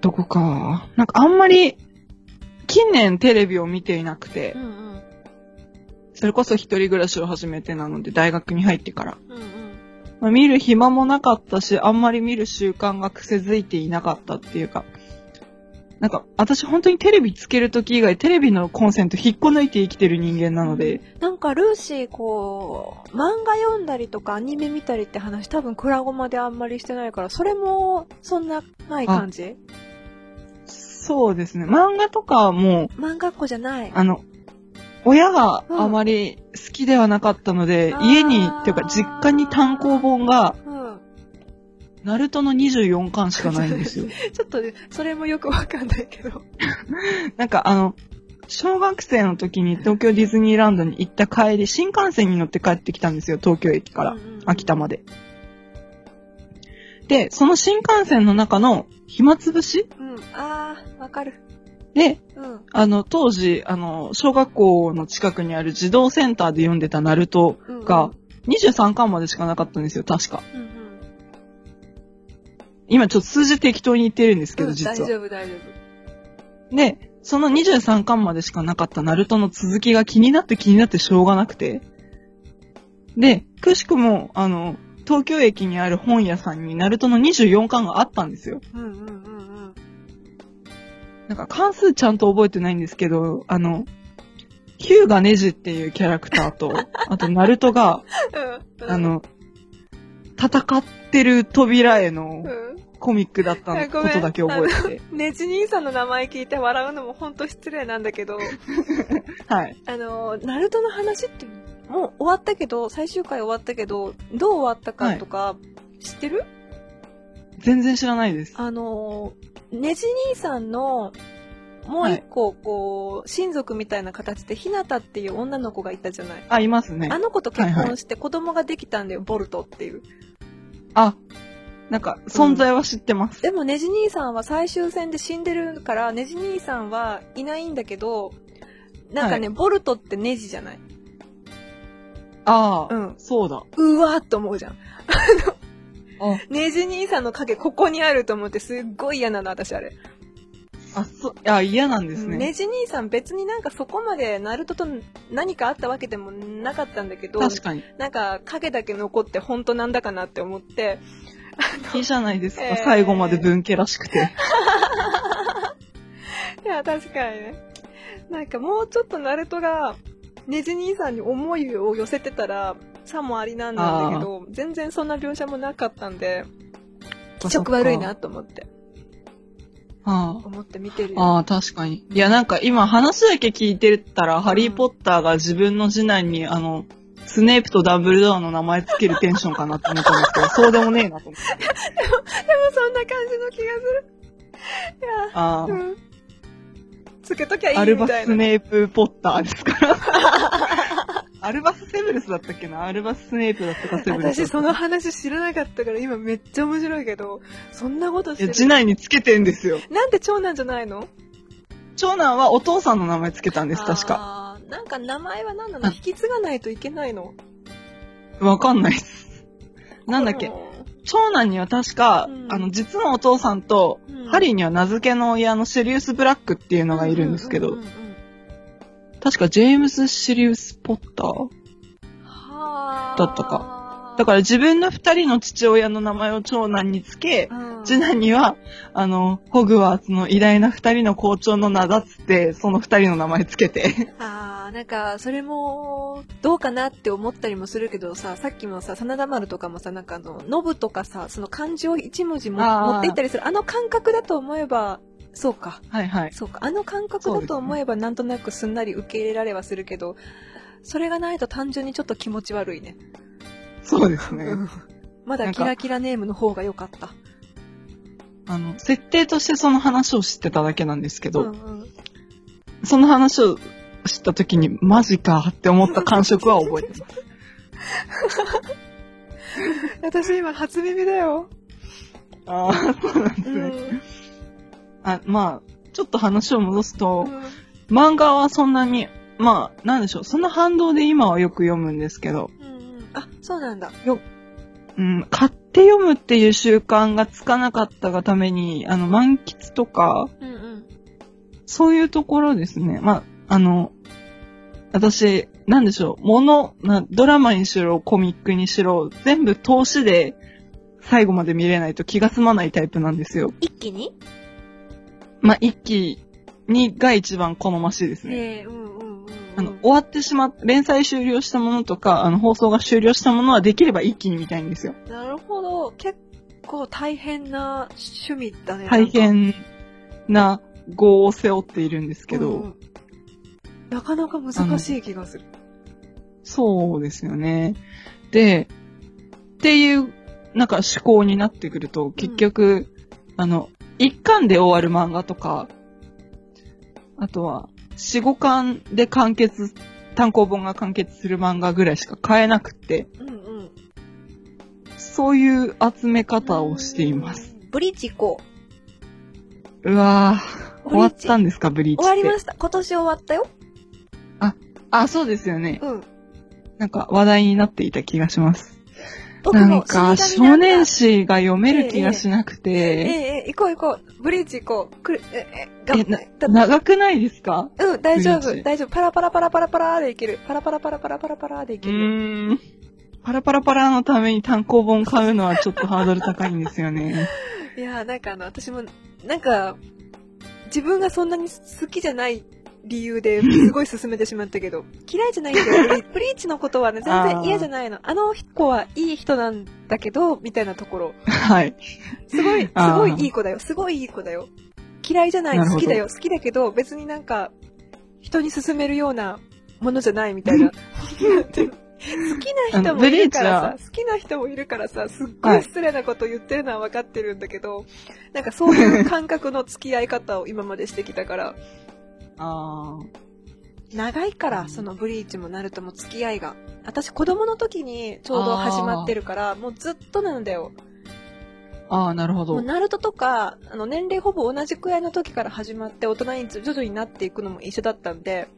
Speaker 1: とこか。なんかあんまり、近年テレビを見ていなくて
Speaker 3: うん、うん。
Speaker 1: それこそ一人暮らしを始めてなので、大学に入ってから。
Speaker 3: うんうん。
Speaker 1: まあ、見る暇もなかったし、あんまり見る習慣が癖づいていなかったっていうか、なんか、私本当にテレビつけるとき以外、テレビのコンセント引っこ抜いて生きてる人間なので、
Speaker 3: なんか、ルーシー、こう、漫画読んだりとかアニメ見たりって話、多分、クラゴマであんまりしてないから、それも、そんな、ない感じ
Speaker 1: そうですね。漫画とかも、
Speaker 3: 漫画っ子じゃない。
Speaker 1: あの、親があまり好きではなかったので、
Speaker 3: うん
Speaker 1: 家に
Speaker 3: あー、
Speaker 1: っていうか実家に単行本が、
Speaker 3: うん。
Speaker 1: ナルトの24巻しかないん ですよ。
Speaker 3: ちょっとね、それもよくわかんないけど。
Speaker 1: なんかあの、小学生の時に東京ディズニーランドに行った帰り、新幹線に乗って帰ってきたんですよ、東京駅から
Speaker 3: うんうんうん、
Speaker 1: 秋田まで。で、その新幹線の中の暇つぶし
Speaker 3: うん。あー、わかる。
Speaker 1: で、
Speaker 3: うん。
Speaker 1: あの、当時、あの、小学校の近くにある児童センターで読んでたナルト
Speaker 3: うん。
Speaker 1: が、23巻までしかなかったんですよ、確か。
Speaker 3: うんうん。
Speaker 1: 今ちょっと数字適当に言ってるんですけ
Speaker 3: う
Speaker 1: ど、
Speaker 3: ん、大
Speaker 1: 実は。
Speaker 3: 丈夫、大丈夫。
Speaker 1: で、その23巻までしかなかったナルトの続きが気になって気になってしょうがなくて。で、くしくも、あの、東京駅にある本屋さんにナルトの24巻があったんですよ。
Speaker 3: うんうんうん
Speaker 1: なんか関数ちゃんと覚えてないんですけど、あの、ヒューガネジっていうキャラクター と、あとナルトが、
Speaker 3: うん。
Speaker 1: あ、の、戦ってる扉への
Speaker 3: うん。
Speaker 1: コミックだったの
Speaker 3: あ
Speaker 1: こ
Speaker 3: ごめん
Speaker 1: とだけ覚えてて。
Speaker 3: ねじ兄さんの名前聞いて笑うのも本当失礼なん だけど、
Speaker 1: はい。
Speaker 3: あの、ナルトの話って、もう終わったけど、最終回終わったけど、どう終わったかとか、知ってる
Speaker 1: 全然知らないです。
Speaker 3: あの、ねじ兄さんの、もう一個、こう、親族みたいな形で、ひなたっていう女の子がいたじゃない。
Speaker 1: あ、いますね
Speaker 3: あ。の子と結
Speaker 1: はいは
Speaker 3: 婚して子供ができたんだよ、ボルトっていう。
Speaker 1: あ、なんか、存在は知ってます。
Speaker 3: でもねじ兄さんは最終戦で死んでるから、ねじ兄さんはいないんだけど、なんかね、ボルトってネジじゃない。
Speaker 1: ああ、
Speaker 3: うん。
Speaker 1: そうだ。
Speaker 3: うわーっと思うじゃん。
Speaker 1: あ、
Speaker 3: ネジ兄さんの影ここにあると思ってすっごい嫌なの、私あれ。
Speaker 1: あ、そう、あ、嫌なんですね。
Speaker 3: ネジ兄さん別になんかそこまでナルトと何かあったわけでもなかったんだけど、
Speaker 1: 確かに。
Speaker 3: なんか影だけ残って本当なんだかなって思って、
Speaker 1: いいじゃないですか。
Speaker 3: えー
Speaker 1: 最後まで文家らしくて。
Speaker 3: いや、確かにね。なんかもうちょっとナルトが、ネジ兄さんに思いを寄せてたら、さもありなんなんだけど、全然そんな描写もなかったんで、気色悪いなと思って、
Speaker 1: あ
Speaker 3: 思って見てる
Speaker 1: あ。ああ、確かに。いや、なんか今話だけ聞いてたら、ハリーポッターが自分の次男に、あの、スネープとダブルドアの名前つけるテンションかなって思ったんですけ ど、そうでもねえなと思って。
Speaker 3: そんな感じの気がする。いや、
Speaker 1: あ
Speaker 3: う
Speaker 1: あ、
Speaker 3: ん。つけときゃいい
Speaker 1: アル
Speaker 3: み
Speaker 1: バ
Speaker 3: たい
Speaker 1: ス
Speaker 3: な。
Speaker 1: ネープポッターですから。 アルバスセブルスだったっけなアルバススネープだったかセブルスだ
Speaker 3: 私
Speaker 1: ったか
Speaker 3: その話知らなかったから今めっちゃ面白いけど、そんなことし
Speaker 1: い
Speaker 3: て
Speaker 1: や、
Speaker 3: る
Speaker 1: 次男につけてんですよ。
Speaker 3: なんで長男じゃないの
Speaker 1: 長男はお父さんの名前つけたんです、確か。
Speaker 3: か。なんか名前は何なの引き継がないといけないの
Speaker 1: わかんないです。なんだっ
Speaker 3: う
Speaker 1: け
Speaker 3: ん
Speaker 1: 長男には確か、
Speaker 3: うん
Speaker 1: あの、実のお父さんと、
Speaker 3: うん
Speaker 1: ハリーには名付けの親のシリウス・ブラックっていうのがいるんですけど、
Speaker 3: うううんうん
Speaker 1: 確かジェームス・シリウス・ポッター
Speaker 3: は
Speaker 1: だった
Speaker 3: か
Speaker 1: だから自分の二人の父親の名前を長男につけ、
Speaker 3: ら、うん
Speaker 1: 次男には、あの、ホグワーツの偉大な二人の校長の名だっつって、その二人の名前つけて。
Speaker 3: あーなんか、それも、どうかなって思ったりもするけどさ、さっきもさ、真田丸とかもさ、なんかあの、ノブとかさ、その漢字を一文字も
Speaker 1: あー
Speaker 3: 持っていったりする、あの感覚だと思えば、そうか、
Speaker 1: はいはい。
Speaker 3: そうか、あの感覚
Speaker 1: そう
Speaker 3: だ
Speaker 1: です
Speaker 3: と
Speaker 1: ね
Speaker 3: 思えば、なんとなくすんなり受け入れられはするけど、それがないと単純にちょっと気持ち悪いね。
Speaker 1: そうですね。
Speaker 3: まだキラキラネームの方が良かった。
Speaker 1: あの、設定としてその話を知ってただけなんですけど、
Speaker 3: んうん
Speaker 1: その話を知った時に、マジかって思った感触は覚えてます。
Speaker 3: 私今初耳だよ。
Speaker 1: ああ、そうなんで
Speaker 3: う
Speaker 1: すね。
Speaker 3: ん。
Speaker 1: あまあ、ちょっと話を戻すと、
Speaker 3: うん
Speaker 1: 漫画はそんなに、まあ、なんでしょう、その反動で今はよく読むんですけど、
Speaker 3: うんうんあ、そうなんだ。
Speaker 1: うん、買って読むっていう習慣がつかなかったがために、あの、満喫とか、
Speaker 3: うんうん。
Speaker 1: そういうところですね。まあ、あの、私、なんでしょう、もの、なドラマにしろ、コミックにしろ、全部投資で最後まで見れないと気が済まないタイプなんですよ。
Speaker 3: 一気に
Speaker 1: まあ、一気にが一番好ましいですね。
Speaker 3: ええうんうんうんうん。
Speaker 1: あの、終わってしまっ、連載終了したものとか、あの、放送が終了したものはできれば一気に見たいんですよ。
Speaker 3: なるほど。結構大変な趣味だね。
Speaker 1: 大変な号を背負っているんですけど、
Speaker 3: うんなかなか難しい気がする。
Speaker 1: そうですよね。で、っていう、なんか思考になってくると、結局、あの、一巻で終わる漫画とか、あとは、四五巻で完結、単行本が完結する漫画ぐらいしか買えなくて、
Speaker 3: うんうん。
Speaker 1: そういう集め方をしています。
Speaker 3: ブリッジ行こう。
Speaker 1: うわぁ、終わったんですか、ブリーチって。
Speaker 3: 終わりました。今年終わったよ。
Speaker 1: あ、そうですよね。
Speaker 3: うん。
Speaker 1: なんか話題になっていた気がします。
Speaker 3: 僕
Speaker 1: な
Speaker 3: も
Speaker 1: んか、
Speaker 3: 死神な
Speaker 1: 少
Speaker 3: んだ
Speaker 1: 年誌が読める気がしなくて、
Speaker 3: ええええ行こう行こう。ブリッジ行こう。くる、え、え、が
Speaker 1: え、な、長くないですか
Speaker 3: うん、大丈夫
Speaker 1: ブリッ、ジ
Speaker 3: 大丈夫。パラパラパラパラパラーでいける。パラパラパラパラパラパラーでいける。
Speaker 1: ん。パラパラパラのために単行本買うのはちょっとハードル高いんですよね。
Speaker 3: いやー、なんかあの、私も、なんか、自分がそんなに好きじゃない理由ですごい進めてしまったけど、嫌いじゃないんだよ。ブリブリーチのことはね、全然嫌じゃないの。あの子はいい人なんだけど、みたいなところ。
Speaker 1: はい。
Speaker 3: すごい、す
Speaker 1: あ
Speaker 3: ご
Speaker 1: ー
Speaker 3: いいい子だよ。すごいいい子だよ。嫌いじゃない。
Speaker 1: なるほ
Speaker 3: 好
Speaker 1: ど
Speaker 3: きだよ。好きだけど、別になんか、人に勧めるようなものじゃないみたいな。好きな人もいるから
Speaker 1: あのブリー
Speaker 3: さ、好きな人もいるからさ、すっごい失礼なこと言ってるのは分かってるんだけど、なんかそういう感覚の付き合い方を今までしてきたから、
Speaker 1: あ
Speaker 3: 長いから、そのブリーチもナルトも付き合いが。私子供の時にちょうど始まってるから、もうずっとなんだよ。
Speaker 1: ーあー、なるほ
Speaker 3: もう
Speaker 1: ど。
Speaker 3: ナルトとか、あの、年齢ほぼ同じくらいの時から始まって、大人に徐々になっていくのも一緒だったんで、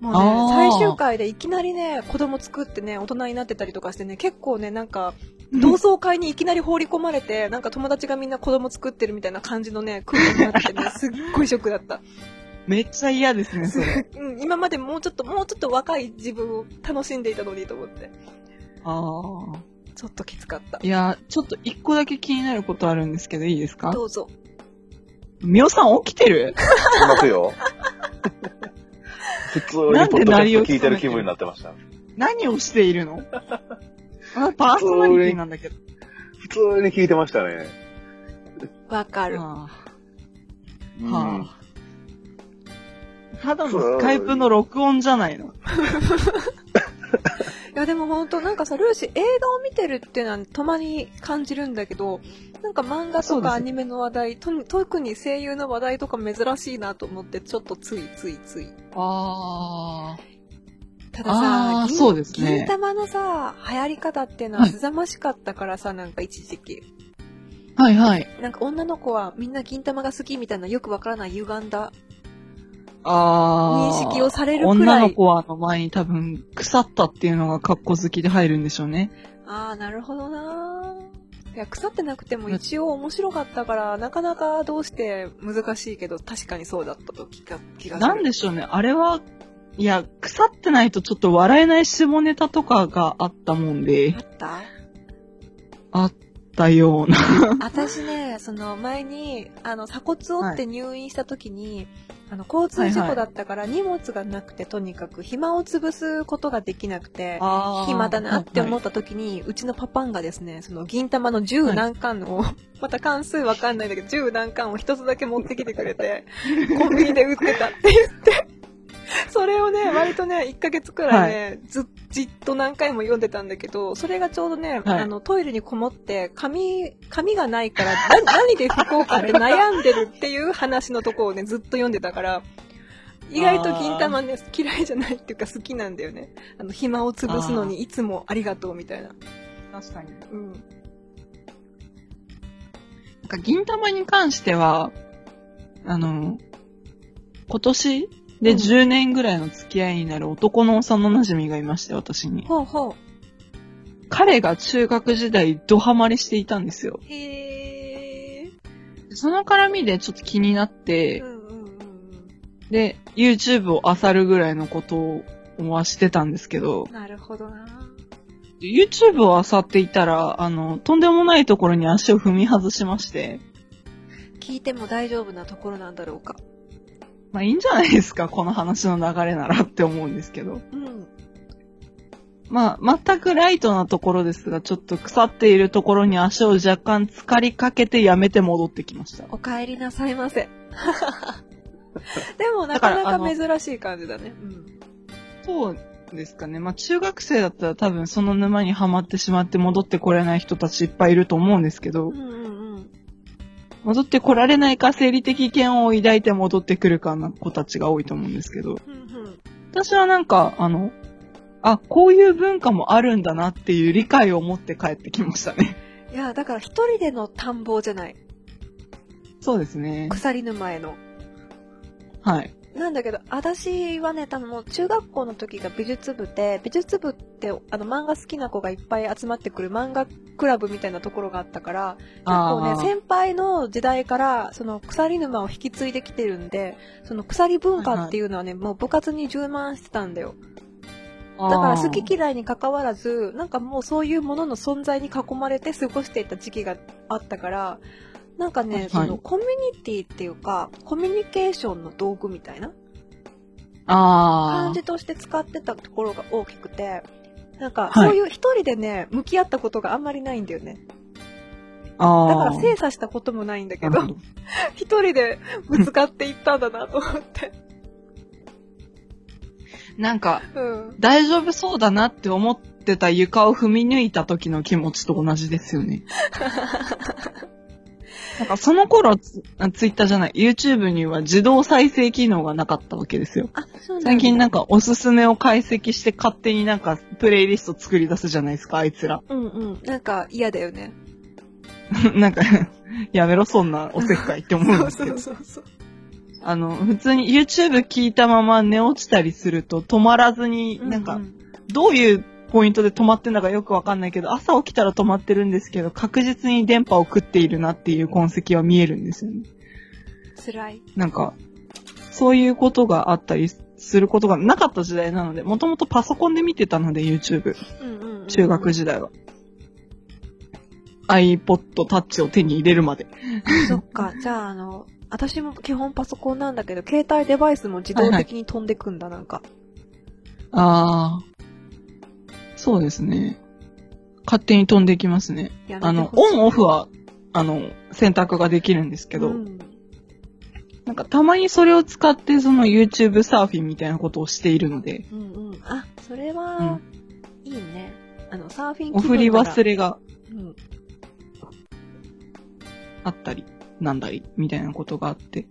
Speaker 3: もう
Speaker 1: あ
Speaker 3: ね、
Speaker 1: ー
Speaker 3: 最終回でいきなりね、子供作ってね、大人になってたりとかしてね、結構ね、なんか、同窓会にいきなり放り込まれて、なんか友達がみんな子供作ってるみたいな感じのね、空気になって ね、すっごいショックだった。
Speaker 1: めっちゃ嫌ですね、そ れ。
Speaker 3: うん、今までもうちょっと、もうちょっと若い自分を楽しんでいたのにと思って、
Speaker 1: ああ。
Speaker 3: ちょっときつかった。
Speaker 1: いや、ちょっと一個だけ気になることあるんですけど、いいですか
Speaker 3: どうぞ。
Speaker 1: みおさん起きてる
Speaker 2: きますよ。普通にポッドキャスト聞いてる気分になってました。
Speaker 1: 何をしているのあパーソナリティなんだけど。
Speaker 2: 普通に聞いてましたね。
Speaker 3: わかる。
Speaker 1: あ
Speaker 2: う
Speaker 1: ー
Speaker 2: ん
Speaker 1: はあ。ただのスカイプの録音じゃないの。
Speaker 3: いやでも本当なんかさ、ルーシー映画を見てるっていうのはたまに感じるんだけど、なんか漫画
Speaker 1: そ
Speaker 3: と
Speaker 1: うで
Speaker 3: か
Speaker 1: す
Speaker 3: アニメの話題、と特に声優の話題とか珍しいなと思って、ちょっとついついつい。
Speaker 1: あ
Speaker 3: たださ
Speaker 1: あ、ー
Speaker 3: 銀
Speaker 1: そうですね
Speaker 3: 銀玉のさ、流行り方っていうのは
Speaker 1: はい
Speaker 3: 凄ましかったからさ、なんか一時期。
Speaker 1: あ。はいはい。
Speaker 3: なんか女の子はみんな銀玉が好きみたいなよくわからない歪んだ認
Speaker 1: ああ。
Speaker 3: 識をされるく
Speaker 1: 女
Speaker 3: ら
Speaker 1: の
Speaker 3: い。
Speaker 1: 子はあの前に多分腐ったっていうのが格好好きで入るんでしょうね。
Speaker 3: ああ、なるほどなーいや、腐ってなくても一応面白かったから、なかなかどうして難しいけど、確かにそうだったと気が気がする。
Speaker 1: なんでしょうね。あれは、いや、腐ってないとちょっと笑えない下ネタとかがあったもんで
Speaker 3: あ、った
Speaker 1: あったような。
Speaker 3: 私ね、その前に、あの、鎖骨折って入院した時に、あの、交通事故だったから荷物がなくて、とにかく暇を潰すことができなくて、
Speaker 1: あ
Speaker 3: 暇だなって思
Speaker 1: っ
Speaker 3: った時に、うちのパパンがですね、その銀玉の十何巻を、 また関数わかんないんだけど、十何巻を一つだけ持ってきてくれて、コンビニで売ってたって言って、それをね、割とね、1ヶ月くらいね、ずっじっと何回も読んでたんだけど、それがちょうどね、
Speaker 1: はい
Speaker 3: あの、トイレにこもって、紙、紙がないから、な何で拭こうかって悩んでるっていう話のとこをね、ずっと読んでたから、意外と銀玉ね、嫌いじゃないっていうか好きなんだよね。あの、暇を潰すのにいつもありがとうみたいな。
Speaker 1: 確かに。な
Speaker 3: うん。
Speaker 1: んか銀玉に関しては、あの、今年で
Speaker 3: うん
Speaker 1: 10年ぐらいの付き合いになる男の幼馴染がいまして、私に。
Speaker 3: ほうほ
Speaker 1: 彼が中学時代ドハマりしていたんですよ。
Speaker 3: う。へー。
Speaker 1: その絡みでちょっと気になって
Speaker 3: う、んうんうんうん。
Speaker 1: で、YouTube を漁るぐらいのことをはしてたんですけど、
Speaker 3: なるほどな。
Speaker 1: YouTube を漁っていたら、あの、とんでもないところに足を踏み外しまして、
Speaker 3: 聞いても大丈夫なところなんだろうか。
Speaker 1: まあいいんじゃないですか、この話の流れならって思うんですけど。
Speaker 3: うん。
Speaker 1: まあ、全くライトなところですが、ちょっと腐っているところに足を若干浸かりかけてやめて戻ってきました。
Speaker 3: お帰りなさいませ。もなかなか珍しい感じだね。うん
Speaker 1: そうですかね。まあ、中学生だったら多分その沼にはまってしまって戻ってこれない人たちいっぱいいると思うんですけど
Speaker 3: う、んうんうん。
Speaker 1: 戻ってこられないか生理的嫌悪を抱いて戻ってくるかな子たちが多いと思うんですけど、
Speaker 3: うんうん
Speaker 1: 私はなんか、あの、あ、こういう文化もあるんだなっていう理解を持って帰ってきました ね。
Speaker 3: いや、だから一人での探訪じゃない。
Speaker 1: そうですね。
Speaker 3: 鎖沼への。
Speaker 1: はい。
Speaker 3: なんだけど、私はね、多分もう中学校の時が美術部で、美術部ってあの漫画好きな子がいっぱい集まってくる漫画クラブみたいなところがあったから、結構
Speaker 1: あ
Speaker 3: ね、
Speaker 1: ー
Speaker 3: 先輩の時代から、その鎖沼を引き継いできてるんで、その鎖文化っていうのはね、もう部活に充満してたんだよ。
Speaker 1: だ
Speaker 3: だから好き嫌いに関わらず、なんかもうそういうものの存在に囲まれて過ごしていた時期があったから、なんかね、
Speaker 1: はい
Speaker 3: そのコミュニティっていうか、コミュニケーションの道具みたいな
Speaker 1: あ
Speaker 3: 感
Speaker 1: ー
Speaker 3: じとして使ってたところが大きくて、なんか
Speaker 1: はい
Speaker 3: そういう一人でね、向き合ったことがあんまりないんだよね。
Speaker 1: あー。
Speaker 3: だから精査したこともないんだけ
Speaker 1: なる
Speaker 3: ど
Speaker 1: ほ、ど
Speaker 3: 一人でぶつかっていったんだなと思って。
Speaker 1: なんか、
Speaker 3: うん。
Speaker 1: 大丈夫そうだなって思ってた床を踏み抜いた時の気持ちと同じですよね。 なんかその頃ツ、あツイッターじゃない、YouTube には自動再生機能がなかったわけですよ。
Speaker 3: あ、そう
Speaker 1: 最近なんかおすすめを解析して勝手になんかプレイリスト作り出すじゃないですか、あいつら。
Speaker 3: うんうん。なんか嫌だよね。
Speaker 1: なんか、やめろ、そんなおせっかいって思うん
Speaker 3: そ
Speaker 1: で
Speaker 3: う
Speaker 1: すけ
Speaker 3: そ
Speaker 1: ど
Speaker 3: う。そ うそう。
Speaker 1: あの、普通に YouTube 聞いたまま寝落ちたりすると止まらずに、なんか
Speaker 3: う、
Speaker 1: どういうポイントで止まってんだかよくわかんないけど、朝起きたら止まってるんですけど、確実に電波を食っているなっていう痕跡は見えるんですよね。
Speaker 3: 辛い。
Speaker 1: なんか、そういうことがあったりすることがなかった時代なので、もともとパソコンで見てたので YouTube、
Speaker 3: うんうんうん
Speaker 1: 中学時代は。iPod Touch を手に入れるまで。
Speaker 3: そっか、じゃああの、私も基本パソコンなんだけど、携帯デバイスも自動的に飛んでくんだ、なんか。
Speaker 1: あー。そうですね。勝手に飛んでいきますね。
Speaker 3: やめて
Speaker 1: あの、
Speaker 3: ほしい
Speaker 1: オンオフは、あの、選択ができるんですけど、
Speaker 3: うん
Speaker 1: なんかたまにそれを使ってその YouTube サーフィンみたいなことをしているので、
Speaker 3: うんうん。あ、それは、
Speaker 1: うん
Speaker 3: いいね。あの、サーフィン
Speaker 1: お振り忘
Speaker 3: れ。
Speaker 1: れが
Speaker 3: うん。
Speaker 1: あったり、なんだり、みたいなことがあって。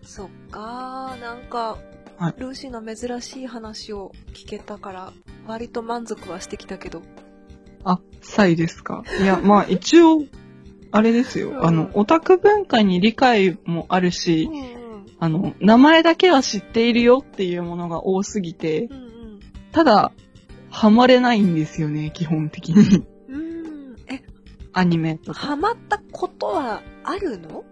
Speaker 3: そっか、なんか、
Speaker 1: はい
Speaker 3: ルーシーの珍しい話を聞けたから、割と満足はしてきたけど。
Speaker 1: あ、サイですか。いや、まあ一応、あれです
Speaker 3: うん
Speaker 1: よ。あの、オタク文化に理解もある
Speaker 3: う
Speaker 1: し
Speaker 3: ん、うん。
Speaker 1: あの、名前だけは知っているよっていうものが多すぎて、
Speaker 3: うん
Speaker 1: ただ、ハマれないんですよね、基本的 に。
Speaker 3: うん。うん。え、
Speaker 1: アニメとか。
Speaker 3: ハマったことはあるの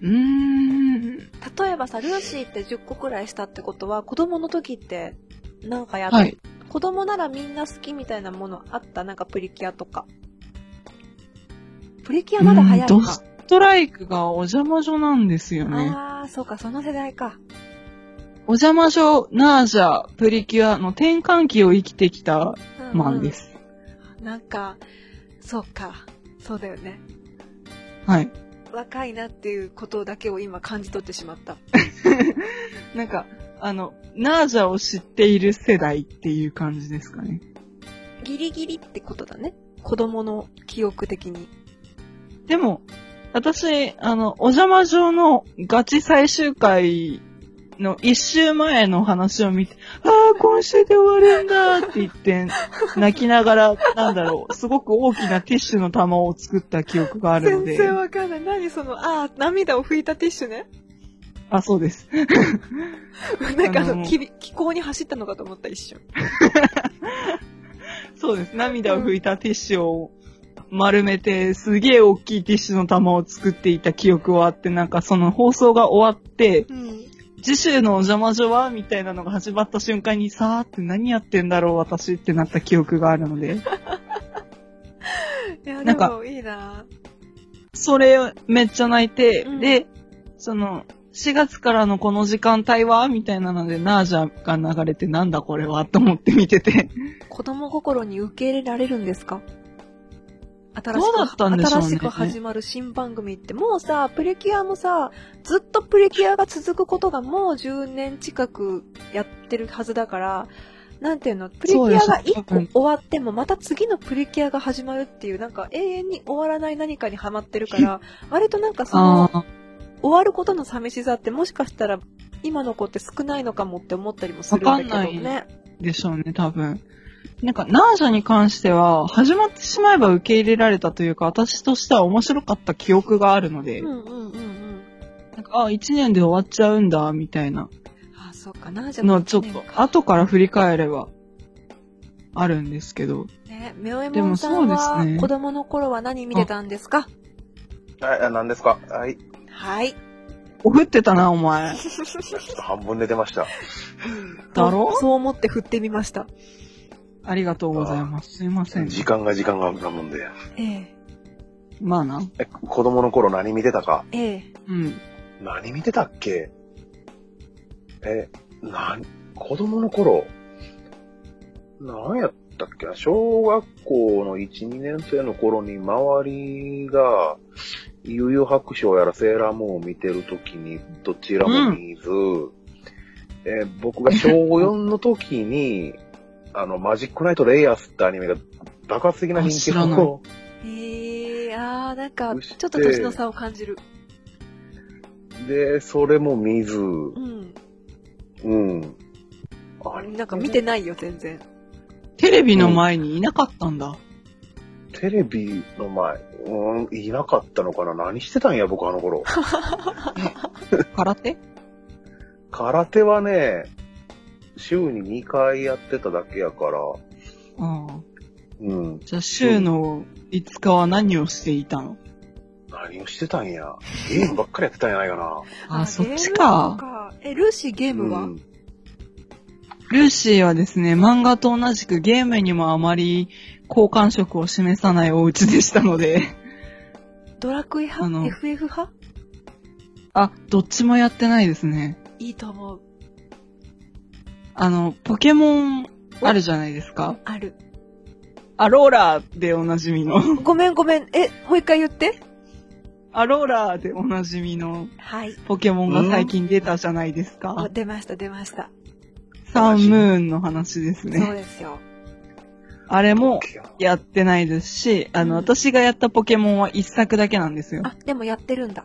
Speaker 1: うーん。
Speaker 3: 例えばさ、ルーシーって10個くらいしたってことは、子供の時って、なんかやった、
Speaker 1: はい。
Speaker 3: 子供ならみんな好きみたいなものあったなんかプリキュアとか。プリキュアまだ早いか
Speaker 1: うんド。ストライクがお邪魔女なんですよね。
Speaker 3: あー、そうか、その世代か。
Speaker 1: お邪魔女、ナージャ、プリキュアの転換期を生きてきた
Speaker 3: うんうん
Speaker 1: マンで。す。
Speaker 3: なんか、そうか、そうだよね。
Speaker 1: はい。
Speaker 3: 若いなっていうことだけを今感じ取ってしまった。
Speaker 1: なんか、あの、ナージャを知っている世代っていう感じですかね。
Speaker 3: ギリギリってことだね。子供の記憶的に。
Speaker 1: でも、私、あの、お邪魔女のガチ最終回の一週前の話を見て、ああ、今週で終わるんだって言って、泣きながら、なんだろう、すごく大きなティッシュの玉を作った記憶があるの
Speaker 3: 全
Speaker 1: で。
Speaker 3: 然わかんない。何その、あー、涙を拭いたティッシュね。
Speaker 1: あ、そうです。
Speaker 3: なんかあ
Speaker 1: あ
Speaker 3: の、
Speaker 1: の
Speaker 3: きび気候に走ったのかと思った一瞬。
Speaker 1: そうです。涙を拭いたティッシュを丸めて、すげえ大きいティッシュの玉を作っていた記憶はあって、なんかその放送が終わって、
Speaker 3: うん。
Speaker 1: 次週のお邪魔女はみたいなのが始まった瞬間に、さーって何やってんだろう私ってなった記憶があるので、
Speaker 3: いや、
Speaker 1: な
Speaker 3: で
Speaker 1: んか
Speaker 3: もいいな
Speaker 1: それめっちゃ泣いて、
Speaker 3: うん
Speaker 1: で、その、4月からのこの時間帯はみたいなので、ナージャが流れてなんだこれはと思って見てて。
Speaker 3: 子供心に受け入れられるんですか新し
Speaker 1: どう
Speaker 3: く
Speaker 1: だったんでしょうね
Speaker 3: 新しく始まる新番組って、もうさ、プリキュアもさ、ずっとプリキュアが続くことがもう10年近くやってるはずだから、なんていうの、プリキュアが
Speaker 1: そうです多分
Speaker 3: 1個終わっても、また次のプリキュアが始まるっていう、なんか永遠に終わらない何かにハマってるから、 割となんかその
Speaker 1: あ、あ。
Speaker 3: 終わることの寂しさってもしかしたら、今の子って少ないのかもって思ったりもするんだけど
Speaker 1: わかんな
Speaker 3: ね。
Speaker 1: でしょうね、多分。なんか、ナージャに関しては、始まってしまえば受け入れられたというか、私としては面白かった記憶があるので、
Speaker 3: うんうんうんうん。
Speaker 1: なんか、あ、一年で終わっちゃうんだ、みたいな
Speaker 3: ああ、そうかな、じゃあ。
Speaker 1: の、ちょっと、後から振り返れば、あるんですけど。
Speaker 3: ね、みおえ
Speaker 1: で
Speaker 3: もん
Speaker 1: も
Speaker 3: さ
Speaker 1: そうんですね
Speaker 3: は、子供の頃は何見てたんですか
Speaker 2: はい、あ何ですかはい。ち
Speaker 3: はい。
Speaker 1: お振ってたな、お前。
Speaker 2: ょっと半分寝てました。
Speaker 1: だろ
Speaker 3: そう思って振ってみました。
Speaker 1: ありがとうございます。すいません。
Speaker 2: 時間が時間がなもんで。
Speaker 3: ええ、
Speaker 1: まあな。
Speaker 2: え、子供の頃何見てたか
Speaker 3: ええ。
Speaker 1: うん。
Speaker 2: 何見てたっけえ、なん、子供の頃、何やったっけな小学校の1、2年生の頃に周りが、悠々白書やらセーラームーンを見てるときに、どちらも見ず、えー僕が小4の時に、あの、マジックナイトレイヤースってアニメが爆発的な人気
Speaker 1: あ知らない
Speaker 2: を
Speaker 3: ええ、ああ、なんか、
Speaker 2: そし
Speaker 3: ち
Speaker 2: て
Speaker 3: ょっと年の差を感じる。
Speaker 2: で、それも見ず、
Speaker 3: うん。
Speaker 2: うん。あれ
Speaker 3: なんか見てないよ、全然。
Speaker 1: テレビの前にいなかったんだ。
Speaker 2: テレビの前、うん、いなかったのかな何してたんや、僕あの頃。
Speaker 1: 空手
Speaker 2: 空手はね、週に2回やってただけやから、
Speaker 1: ああ。
Speaker 2: うん、
Speaker 1: じゃあ、週の5日は何をしていたの
Speaker 2: 何をしてたんや。ゲームばっかりやってたんやないかな。
Speaker 1: あ、そっち
Speaker 3: ゲーム
Speaker 1: か。
Speaker 3: か。え、ルーシーゲームは
Speaker 2: うん
Speaker 1: ルーシーはですね、漫画と同じくゲームにもあまり好感触を示さないお家でしたので、
Speaker 3: ドラクエ
Speaker 1: あ
Speaker 3: 派
Speaker 1: の
Speaker 3: ?FF 派
Speaker 1: あ、どっちもやってないですね。
Speaker 3: いいと思う。
Speaker 1: あの、ポケモンあるじゃないですか。
Speaker 3: ある。
Speaker 1: アローラーでおなじみの。
Speaker 3: ごめんごめん。え、もう一回言って。
Speaker 1: アローラーでおなじみの
Speaker 3: はい。
Speaker 1: ポケモンが最近出たじゃないです
Speaker 3: あ、
Speaker 1: か。
Speaker 3: 出ました、出ました。
Speaker 1: サンムーンの話です
Speaker 3: そう
Speaker 1: ね。
Speaker 3: ですよ。
Speaker 1: あれも
Speaker 2: いや
Speaker 1: やってないですし、あの、
Speaker 3: うん
Speaker 1: 私がやったポケモンは一作だけなんですよ。
Speaker 3: あ、でもやってるんだ。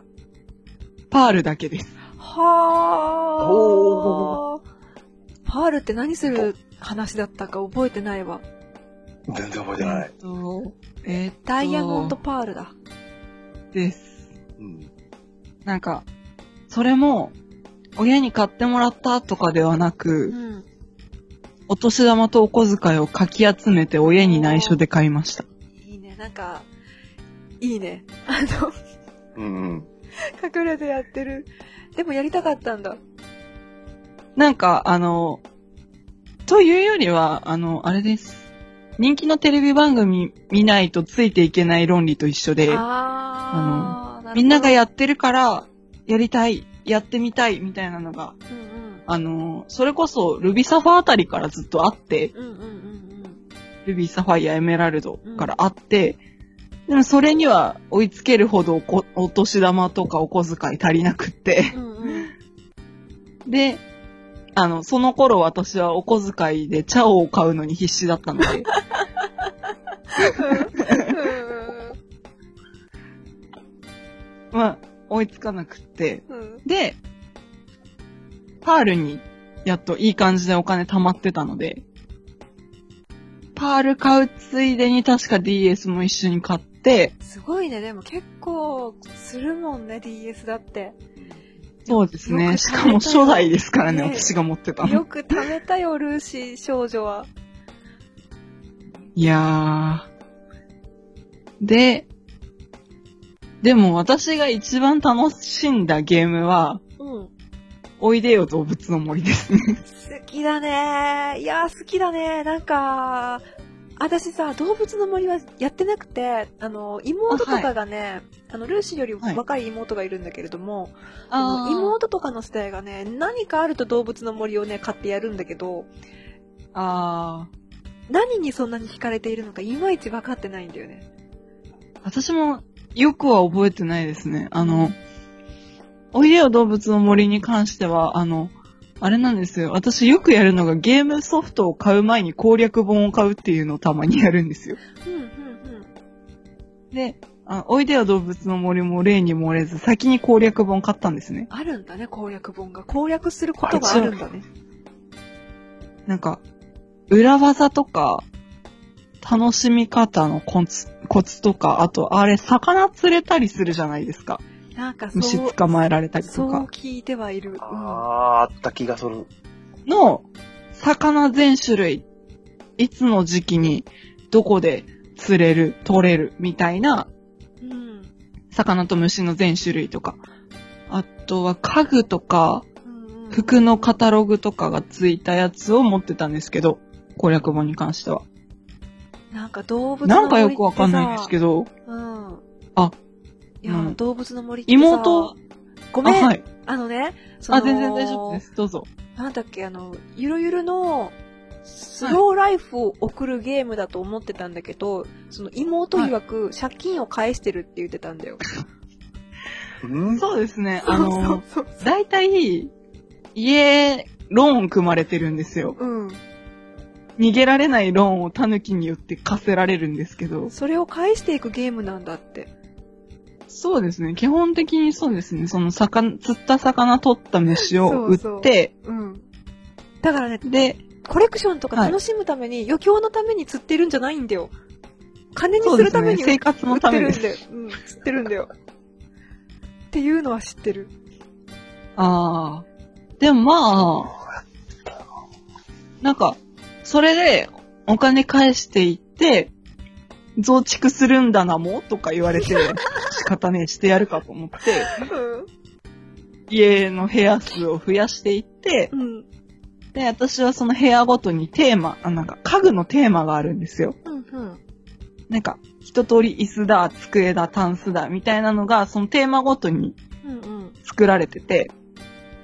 Speaker 1: パールだけです。
Speaker 3: は
Speaker 2: お
Speaker 3: あ。パールって何する話だったか覚えてないわ。
Speaker 2: 全然覚えてない
Speaker 1: え。っと、えっと、
Speaker 3: ダイヤモンドパールだ。
Speaker 1: です。
Speaker 2: うん。
Speaker 1: なんか、それも、親に買ってもらったとかではな
Speaker 3: う
Speaker 1: く、
Speaker 3: ん。
Speaker 1: お年玉とお小遣いをかき集めて親に内緒で買いました。
Speaker 3: いいね、なんか、いいね。あの、
Speaker 2: うんうん。
Speaker 3: 隠れてやってる。でもやりたかったんだ。
Speaker 1: なんか、あの、というよりは、あの、あれです。人気のテレビ番組見ないとついていけない論理と一緒で、
Speaker 3: ああ、なるほど
Speaker 1: みんながやってるから、やりたい、やってみたい、みたいなのが、
Speaker 3: うんうん。
Speaker 1: あの、それこそ、ルビサファあたりからずっとあって、
Speaker 3: うんうんうん
Speaker 1: ルビー、サファイア、エメラルドからあって、でもそれには追いつけるほどおこお年玉とかお小遣い足りなくって。
Speaker 3: うん。うんうん。
Speaker 1: で、あの、その頃私はお小遣いでチャオを買うのに必死だったの で、まあ、追いつかなくって。
Speaker 3: うんうん
Speaker 1: で、パールにやっといい感じでお金貯まってたので、パール買うついでに確か DS も一緒に買って、
Speaker 3: すごいね、でも結構するもんね、DS だって。
Speaker 1: そうです
Speaker 3: よく
Speaker 1: ね。
Speaker 3: 考
Speaker 1: し
Speaker 3: えた
Speaker 1: かも初代ですからね、
Speaker 3: ね
Speaker 1: 私が持ってたの。
Speaker 3: よく貯めたよ、ルーシー少女は。
Speaker 1: いやー。で、でも私が一番楽しんだゲームは、
Speaker 3: うん。
Speaker 1: おいでよ動物の森ですね。
Speaker 3: 好きだねいやー好きだねなんか、私さ、動物の森はやってなくて、あの、妹とかがね、あの、ルーシーより若い妹がいるんだけれども、あの
Speaker 1: 妹
Speaker 3: 妹とかの世代がね、何かあると動物の森をね、買ってやるんだけど、
Speaker 1: あ
Speaker 3: 何にそんなに惹かれているのかいまいち分かってないんだよね。
Speaker 1: ー。私もよくは覚えてないですね。あの、おいでよ動物の森に関しては、あの、あれなんですよ。私よくやるのがゲームソフトを買う前に攻略本を買うっていうのをたまにやるんですよ。
Speaker 3: うんうん
Speaker 1: で、あおいでよ動物の森も例に漏れず先に攻略本買ったんですね。
Speaker 3: あるんだね、攻略本が。攻略することがあるんだね。
Speaker 1: なんか、裏技とか、楽しみ方のコツコツとか、あと、あれ、魚釣れたりするじゃないですか。
Speaker 3: なんかそう、
Speaker 1: 虫捕まえられたり
Speaker 3: そ
Speaker 1: と
Speaker 3: う
Speaker 1: か。
Speaker 3: 聞いてはいる。うん
Speaker 2: あー、あった気がする。
Speaker 1: の、魚全種類、いつの時期に、どこで釣れる、取れる、みたいな、
Speaker 3: うん。
Speaker 1: 魚と虫の全種類とか。あとは、家具とか、
Speaker 3: うんうん
Speaker 1: 服のカタログとかがついたやつを持ってたんですけど、攻略本に関しては。
Speaker 3: なんか動物
Speaker 1: な
Speaker 3: の森
Speaker 1: んかよくわかんないんですけ
Speaker 3: ど。
Speaker 1: ど、
Speaker 3: うん。
Speaker 1: あ。
Speaker 3: いや、
Speaker 1: うん
Speaker 3: 動物の森ってさ
Speaker 1: 妹、
Speaker 3: ご
Speaker 1: あ、
Speaker 3: めん。あ,、
Speaker 1: はい。
Speaker 3: のね、その
Speaker 1: あ、全然大丈夫で。す。どうぞ。
Speaker 3: なんだっけ、あの、ゆるゆるの、スローライフを送るゲームだと思ってたんだけど、その妹曰く、借金を返してるって言ってたんだよ。
Speaker 2: うん
Speaker 1: そうですね。 あの
Speaker 3: そうそう
Speaker 1: 大体、家、ローン組まれてるんですよ。
Speaker 3: そう。うん。
Speaker 1: 逃げられないローンをタヌキによって課せられるんですけど。
Speaker 3: それを返していくゲームなんだって。
Speaker 1: そうですね。基本的にそうですね。その魚、釣った魚取った虫を売って、
Speaker 3: そうそううん。だからね、
Speaker 1: で、
Speaker 3: コレクションとか楽しむために、余興のために釣ってるんじゃないんだよ。金にするために
Speaker 1: そうですね
Speaker 3: 売
Speaker 1: 生
Speaker 3: っ
Speaker 1: 活
Speaker 3: 売
Speaker 1: の
Speaker 3: ったて
Speaker 1: め
Speaker 3: る
Speaker 1: で
Speaker 3: んだよ。うん、釣ってるんだよ。っていうのは知ってる。
Speaker 1: ああ。でもまあ、なんか、それでお金返していって、増築するんだなもとか言われて、仕方ねえしてやるかと思って、家の部屋数を増やしていって、
Speaker 3: うん。うん。
Speaker 1: で、私はその部屋ごとにテーマ、あなんか家具のテーマがあるんですよ。
Speaker 3: うん。うん。
Speaker 1: なんか、一通り椅子だ、机だ、タンスだ、みたいなのが、そのテーマごとに
Speaker 3: うん。
Speaker 1: 作られてて、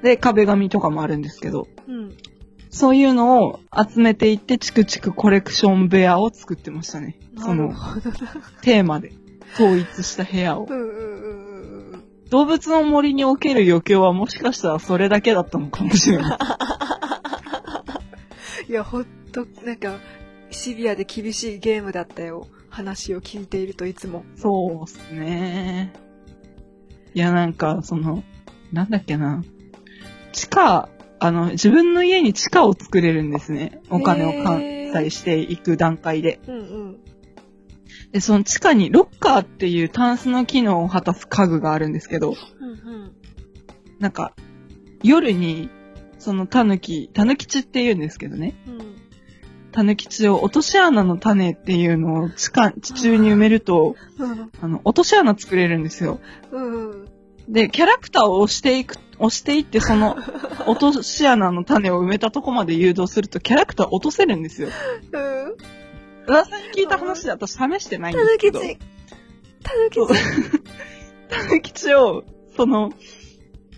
Speaker 1: で、壁紙とかもあるんですけど、
Speaker 3: うん。
Speaker 1: そういうのを集めていって、チクチクコレクション部屋を作ってましたね。そ
Speaker 3: なる
Speaker 1: の、
Speaker 3: ほど。
Speaker 1: テーマで統一した部屋を
Speaker 3: う。んうんうんうんうん。
Speaker 1: 動物の森における余興はもしかしたらそれだけだったのかもしれ ない。
Speaker 3: いや、ほんと、なんか、シビアで厳しいゲームだったよ。話を聞いているといつも。
Speaker 1: そうっすね。いや、なんか、その、なんだっけな。地下、あの、自分の家に地下を作れるんですね。お金を完
Speaker 3: へー
Speaker 1: 済していく段階で。
Speaker 3: うんうん。
Speaker 1: で、その地下にロッカーっていうタンスの機能を果たす家具があるんですけど、
Speaker 3: うんうん。
Speaker 1: なんか、夜に、そのタヌキ、タヌキチって言うんですけどね。
Speaker 3: うん。
Speaker 1: タヌキチを落とし穴の種っていうのを地下、地中に埋めると、
Speaker 3: うん
Speaker 1: あの、落とし穴作れるんですよ。
Speaker 3: うん。
Speaker 1: で、キャラクターを押していく、押していって、そ の、落とし穴の種を埋めたとこまで誘導すると、キャラクター落とせるんですよ。
Speaker 3: うん。
Speaker 1: 噂に聞いた話で私試してないん
Speaker 3: た
Speaker 1: で
Speaker 3: ぬ
Speaker 1: す
Speaker 3: き
Speaker 1: けど。
Speaker 3: ち。たぬき
Speaker 1: そう
Speaker 3: ち。
Speaker 1: タヌキチを、その、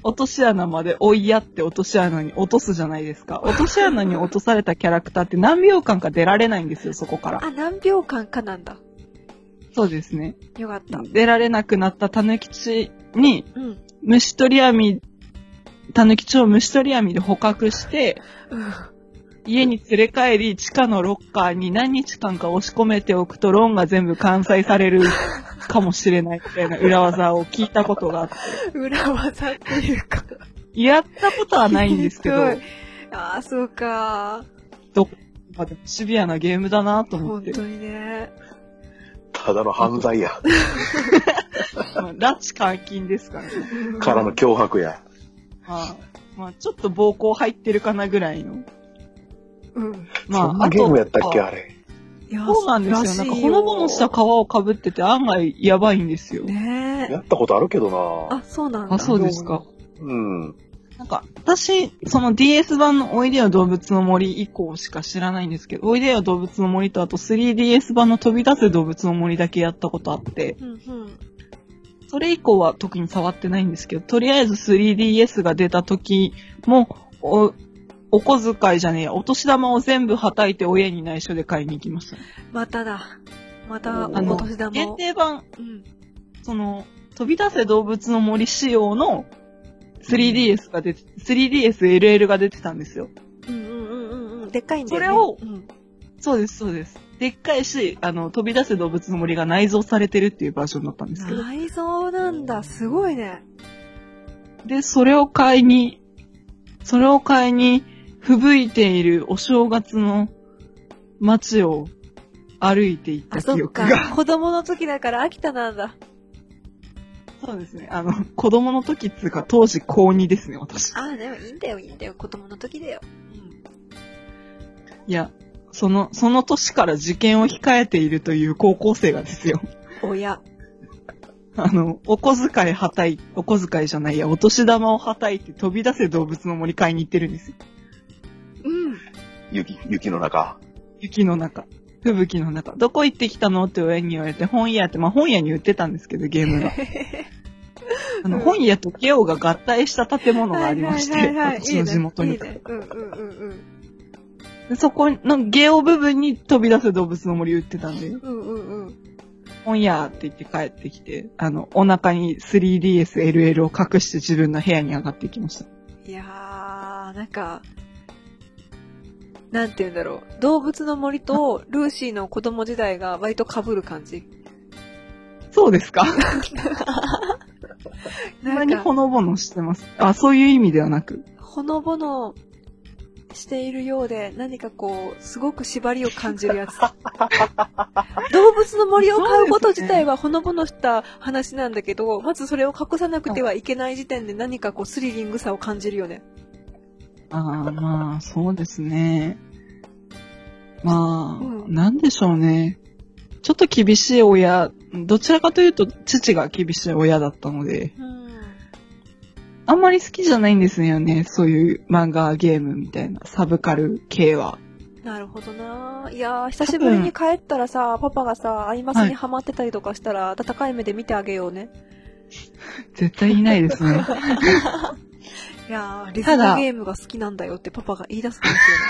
Speaker 1: 落とし穴まで追いやって落とし穴に落とすじゃないですか。落とし穴に落とされたキャラクターって何秒間か出られないんですよ、そこから。
Speaker 3: あ、何秒間かなんだ。
Speaker 1: そうですね。
Speaker 3: よかった。
Speaker 1: 出られなくなったタヌキチに、
Speaker 3: うん。
Speaker 1: 虫取り網、タヌキチを虫取り網で捕獲して、家に連れ帰り、地下のロッカーに何日間か押し込めておくと、ローンが全部完済されるかもしれないみたいな裏技を聞いたことがあって。
Speaker 3: 裏技っていうか。
Speaker 1: やったこと はないんですけど、
Speaker 3: ひどいああ、そうか。
Speaker 1: まあでもシビアなゲームだなと思っ
Speaker 3: 本
Speaker 1: て
Speaker 3: 当。にね。
Speaker 2: ただの犯罪や。
Speaker 1: まあ拉致監禁ですからね。
Speaker 2: からの脅迫や。
Speaker 1: まあ、まあ、ちょっと暴行入ってるかなぐらいの。
Speaker 3: うん。
Speaker 1: まあ、
Speaker 2: そんなゲームやったっけ、
Speaker 1: あと
Speaker 2: あれ。
Speaker 3: いや
Speaker 1: そうなんですよ。なんかほのぼのした皮をかぶってて案外やばいんですよ。
Speaker 3: ねえ
Speaker 2: や。ったことあるけどな
Speaker 3: あ、そうなんだ。
Speaker 1: あ、そうですか。
Speaker 2: うん。
Speaker 1: なんか、私、その DS 版のおいでよ動物の森以降しか知らないんですけど、おいでよ動物の森とあと 3DS 版の飛び出せ動物の森だけやったことあって、
Speaker 3: うんうん。
Speaker 1: それ以降は特に触ってないんですけど、とりあえず 3DS が出た時も、お、お小遣いじゃねえや、お年玉を全部はたいて親に内緒で買いに行きましたね。
Speaker 3: まただ。また、
Speaker 1: あ
Speaker 3: お
Speaker 1: の
Speaker 3: 年玉
Speaker 1: 限
Speaker 3: を。
Speaker 1: 定版、
Speaker 3: うん。
Speaker 1: その、飛び出せ動物の森仕様の 3DS が出て、3DSLL が出てたんですよ。
Speaker 3: うんうんうんうんうん。でっかいんだよね。
Speaker 1: それを
Speaker 3: うん
Speaker 1: そうです、そうです。でっかいし、あの、飛び出せ動物の森が内蔵されてるっていうバージョンだったんですけど。
Speaker 3: 内臓なんだ。すごいね。
Speaker 1: で、それを買いに、それを買いに、吹雪いているお正月の街を歩いていっ
Speaker 3: あ、
Speaker 1: た
Speaker 3: そ
Speaker 1: 記
Speaker 3: っ
Speaker 1: 憶が。
Speaker 3: か。子供の時だから秋田なんだ。
Speaker 1: そうですね。あの、子供の時っつうか、当時高2ですね、私。
Speaker 3: あー、でもいいんだよ、いいんだよ。子供の時だよ。うん。
Speaker 1: いや、その、その年から受験を控えているという高校生がですよ。
Speaker 3: 親。
Speaker 1: あの、お小遣いはたい、お小遣いじゃないや、お年玉をはたいて飛び出せ動物の森買いに行ってるんですよ。
Speaker 3: うん。
Speaker 2: 雪、雪の中。
Speaker 1: 雪の中。吹雪の中。どこ行ってきたのって親に言われて、本屋って、まあ本屋に売ってたんですけど、ゲー ムが。あの、
Speaker 3: うん
Speaker 1: 本屋とゲオが合体した建物がありまして、
Speaker 3: はいはいはいはい
Speaker 1: 私の地元
Speaker 3: いい
Speaker 1: に
Speaker 3: ね。いいねうんうんうん
Speaker 1: でそこのゲオ部分に飛び出せ動物の森売ってたんで、
Speaker 3: うん。うんうんうん。
Speaker 1: 本屋って言って帰ってきて、あの、お腹に 3DSLL を隠して自分の部屋に上がってきました。
Speaker 3: いやー、なんか、なんて言うんだろう。動物の森とルーシーの子供時代が割と被る感じ。
Speaker 1: そうですかそん
Speaker 3: な
Speaker 1: なんに
Speaker 3: か
Speaker 1: ほ、のぼのしてます。あ、そういう意味ではなく。
Speaker 3: ほのぼのしているようで、何かこう、すごく縛りを感じるやつ。 動物の森を買うこと自体はほのぼのした話なんだけど、まずそれを隠さなくてはいけない時点で何かこう、スリリングさを感じるよね。
Speaker 1: ああ、まあ、そうですね。まあ、
Speaker 3: うん
Speaker 1: なんでしょうね。ちょっと厳しい親、どちらかというと父が厳しい親だったので、
Speaker 3: うん。
Speaker 1: あんまり好きじゃないんですよね。そういう漫画、ゲームみたいな、サブカル系は。
Speaker 3: なるほどないやー、久しぶりに帰ったらさ、パパがさ、アイマスにハマってたりとかしたら、温かい目で見てあげようね。
Speaker 1: 絶対いないですね。
Speaker 3: いやー、リズ
Speaker 1: ただ
Speaker 3: ムゲームが好きなんだよってパパが言い出すかもし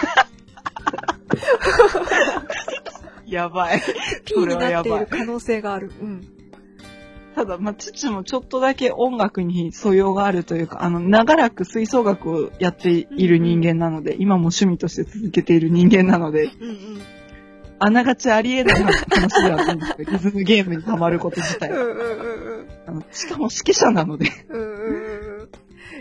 Speaker 1: やばい。
Speaker 3: れない。ピーになっ
Speaker 1: それ
Speaker 3: てい
Speaker 1: はやば
Speaker 3: る
Speaker 1: い
Speaker 3: 可能性がある。うん。
Speaker 1: ただ、まあ、父もちょっとだけ音楽に素養があるというか、あの、長らく吹奏楽をやっている人間なので、今も趣味として続けている人間なので、
Speaker 3: うんうん。
Speaker 1: あながちありえない話ではないんですけど、リズムゲームにハマること自
Speaker 3: う
Speaker 1: 体。
Speaker 3: んうんうんうん。
Speaker 1: あのしかも指揮者なので、
Speaker 3: うんうんうん。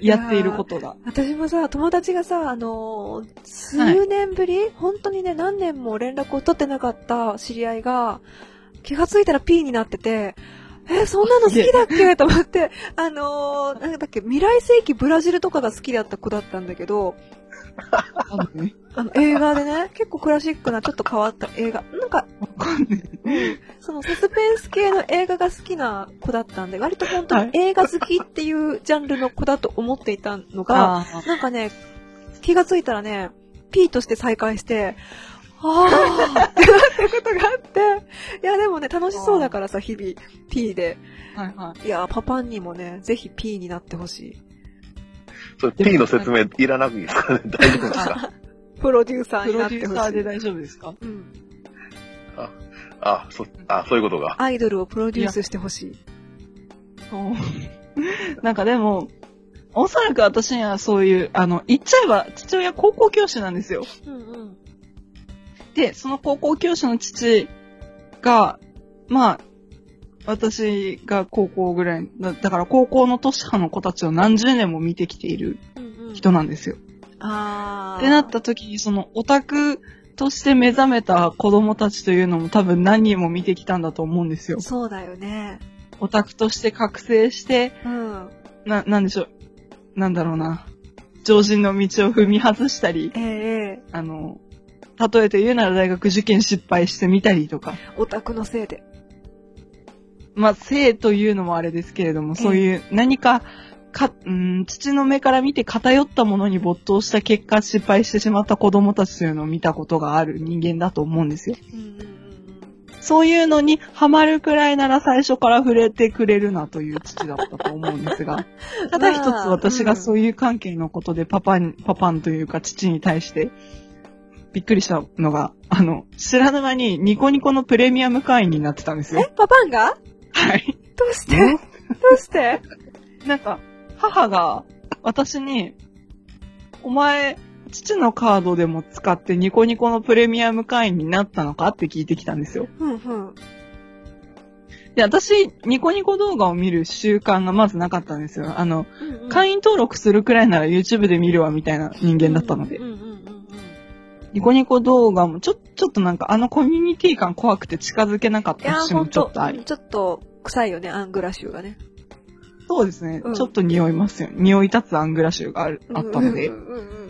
Speaker 3: いやー
Speaker 1: やっていることが。
Speaker 3: 私もさ、友達がさ、あのー数年ぶり、本当にね、何年も連絡を取ってなかった知り合いが、気がついたら P になってて、え、そんなの好きだっけと思って、あのーなんだっけ、未来世紀ブラジルとかが好きだった子だったんだけど、
Speaker 1: あのね、
Speaker 3: あの、映画 でね、結構クラシックな、ちょっと変わった映画。なんか、
Speaker 1: わかんない。
Speaker 3: そのサスペンス系の映画が好きな子だったんで、割と本当
Speaker 1: は
Speaker 3: に
Speaker 1: い
Speaker 3: 映画好きっていうジャンルの子だと思っていたのが、
Speaker 1: あ
Speaker 3: なんかね、気がついたらね、P として再会して、ああってなったことがあって、いやでもね、楽しそうだからさ、日々、P で。
Speaker 1: あ、はいはい。
Speaker 3: いや、パパンにもね、ぜひ P になってほしい。
Speaker 2: それ P の説明いらなくていいですかね大丈夫ですか
Speaker 3: プロデューサー
Speaker 1: プ
Speaker 3: にな
Speaker 1: ロ
Speaker 3: っ
Speaker 1: デュ
Speaker 3: て
Speaker 1: ー
Speaker 3: ほ
Speaker 1: サー
Speaker 3: し
Speaker 1: で
Speaker 3: い。
Speaker 1: 大丈夫ですか
Speaker 3: うん。
Speaker 2: あ、そ、あ、そういうことが。
Speaker 3: アイドルをプロデュースしてほしい。
Speaker 1: そう。なん かでも、おそらく私にはそういう、あの、言っちゃえば父親高校教師なんですよ。
Speaker 3: うんうん。
Speaker 1: で、その高校教師の父が、まあ、私が高校ぐらい、だだから高校の年派の子たちを何十年も見てきている
Speaker 3: うんうん。
Speaker 1: 人なんですよ。
Speaker 3: ああ。
Speaker 1: ってなった時に、そのオタクとして目覚めた子供たちというのも多分何人も見てきたんだと思うんですよ。
Speaker 3: そうだよね。
Speaker 1: オタクとして覚醒して、
Speaker 3: うん。
Speaker 1: な、なんでしょう。なんだろうな。常人の道を踏み外したり、
Speaker 3: えええ
Speaker 1: あの、例えて言うなら大学受験失敗してみたりとか。
Speaker 3: えオタクのせいで。
Speaker 1: まあ、性というのもあれですけれども、そういう何か、か、うん、父の目から見て偏ったものに没頭した結果失敗してしまった子供たちというのを見たことがある人間だと思うんですよ。
Speaker 3: うんうんうんうん。
Speaker 1: そういうのにハマるくらいなら最初から触れてくれるなという父だったと思うんですが、ただ一つ
Speaker 3: まあ
Speaker 1: 私
Speaker 3: う
Speaker 1: が
Speaker 3: ん
Speaker 1: そういう関係のことでパパに、パパンというか父に対して、びっくりしたのが、あの、知らぬ間にニコニコのプレミアム会員になってたんです
Speaker 3: え
Speaker 1: よ。
Speaker 3: パパンが
Speaker 1: はい。
Speaker 3: どうしてどうして
Speaker 1: なんか、母が私に、お前、父のカードでも使ってニコニコのプレミアム会員になったのかって聞いてきたんですよ。
Speaker 3: うんうん。
Speaker 1: で、私、ニコニコ動画を見る習慣がまずなかったんですよ。あの、
Speaker 3: うんうん
Speaker 1: 会員登録するくらいなら YouTube で見るわみたいな人間だったので
Speaker 3: う。んうんうんうん
Speaker 1: ニコニコ動画もちょ、ちょっとなんかあのコミュニティ感怖くて近づけなかっ
Speaker 3: いや
Speaker 1: た
Speaker 3: ー、
Speaker 1: 節
Speaker 3: ほ
Speaker 1: も
Speaker 3: ん
Speaker 1: ちょ
Speaker 3: と
Speaker 1: っとあり。
Speaker 3: ちょっと臭いよね、アングラ臭がね。
Speaker 1: そうですね、
Speaker 3: うん
Speaker 1: ちょっと匂いますよ。匂い立つアングラ臭があるあったので、
Speaker 3: うんうんうんうんうん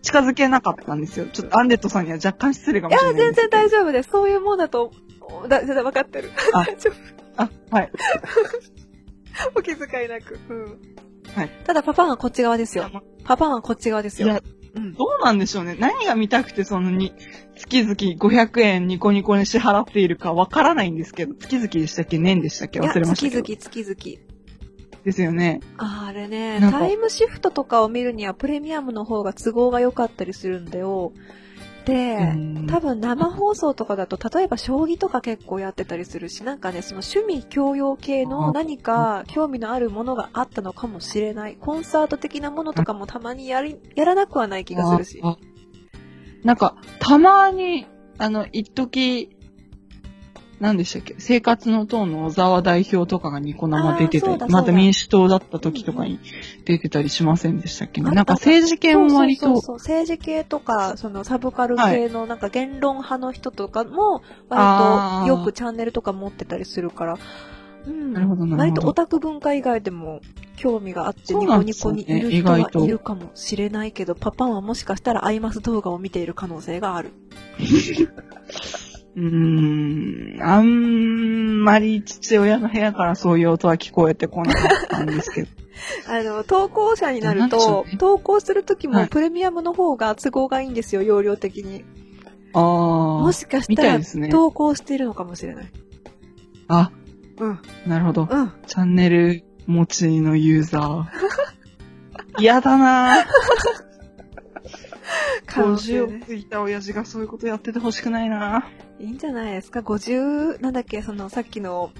Speaker 1: 近づけなかったんですよ。ちょっとアンデットさんには若干失礼か
Speaker 3: い
Speaker 1: もし
Speaker 3: や
Speaker 1: れない
Speaker 3: ー、
Speaker 1: んです
Speaker 3: 全
Speaker 1: けど。
Speaker 3: 然大丈夫です。そういうもんだと、だ、だ、わかってる。
Speaker 1: あ
Speaker 3: 大丈夫
Speaker 1: あ、はい。
Speaker 3: お気遣いなく。うん。
Speaker 1: はい。
Speaker 3: ただ、パパンはこっち側です
Speaker 1: いや
Speaker 3: よ。
Speaker 1: ま
Speaker 3: パパンはこっち側です
Speaker 1: い
Speaker 3: よ
Speaker 1: や。
Speaker 3: うん。
Speaker 1: どうなんでしょうね。何が見たくてそのに、月々500円ニコニコに支払っているかわからないんですけど、月々でしたっけ年でしたっけ
Speaker 3: いや、
Speaker 1: 忘れましたけ
Speaker 3: 月
Speaker 1: ど。
Speaker 3: 々、月
Speaker 1: ですよね。
Speaker 3: 々。あーあれね、
Speaker 1: なんか
Speaker 3: タイムシフトとかを見るにはプレミアムの方が都合が良かったりするんだよ。で、
Speaker 1: うん
Speaker 3: 多分生放送とかだと、例えば将棋とか結構やってたりするし、なんかね、その趣味教養系
Speaker 1: あ
Speaker 3: の何か興味のあるものがあったのかもしれない。コンサート的なものとかもたまにやり、やらなくはない気がするし。
Speaker 1: ああなんか、たまに、あの、一時何でしたっけ生活の党の小沢代表とかがニコ生出てた
Speaker 3: あーそう
Speaker 1: り
Speaker 3: だ、
Speaker 1: ま
Speaker 3: そうだ
Speaker 1: た民主党だった時とかに出てたりしませんでしたっけね
Speaker 3: あった
Speaker 1: なんか政治系も割
Speaker 3: そうそう
Speaker 1: と、
Speaker 3: そうそう政治系とか、そのサブカル
Speaker 1: はい
Speaker 3: 系のなんか言論派の人とかも、
Speaker 1: あ
Speaker 3: 割
Speaker 1: ー
Speaker 3: とよくチャンネルとか持ってたりするから、うん。
Speaker 1: なるほどなるほど
Speaker 3: 割とオタク文化以外でも興味があって
Speaker 1: そう
Speaker 3: ニ
Speaker 1: な
Speaker 3: コ
Speaker 1: んで
Speaker 3: ニ
Speaker 1: すよ
Speaker 3: コ
Speaker 1: ね
Speaker 3: にいる人はい
Speaker 1: 意外と
Speaker 3: るかもしれないけど、パパンはもしかしたらアイマス動画を見ている可能性がある。
Speaker 1: うーん、あんまり父親の部屋からそういう音は聞こえてこなかったんです けど。
Speaker 3: あの、投稿者になる
Speaker 1: なん
Speaker 3: と
Speaker 1: でしょうね、
Speaker 3: 投稿するとき
Speaker 1: は
Speaker 3: も
Speaker 1: い
Speaker 3: プレミアムの方が都合がいいんですよ、容量的に。
Speaker 1: あ
Speaker 3: も
Speaker 1: あ、
Speaker 3: しかし
Speaker 1: み
Speaker 3: た
Speaker 1: たい
Speaker 3: ら
Speaker 1: ですね。
Speaker 3: 投稿しているのかもしれない。
Speaker 1: あ、
Speaker 3: うん、
Speaker 1: なるほど。
Speaker 3: うん。
Speaker 1: チャンネル持ちのユー ザー。嫌だなぁ。
Speaker 3: 可能性ね
Speaker 1: 50を過ぎた親父がそういうことやっててほしくないない
Speaker 3: いんじゃないですか ?50、なんだっけ、その、さっきの、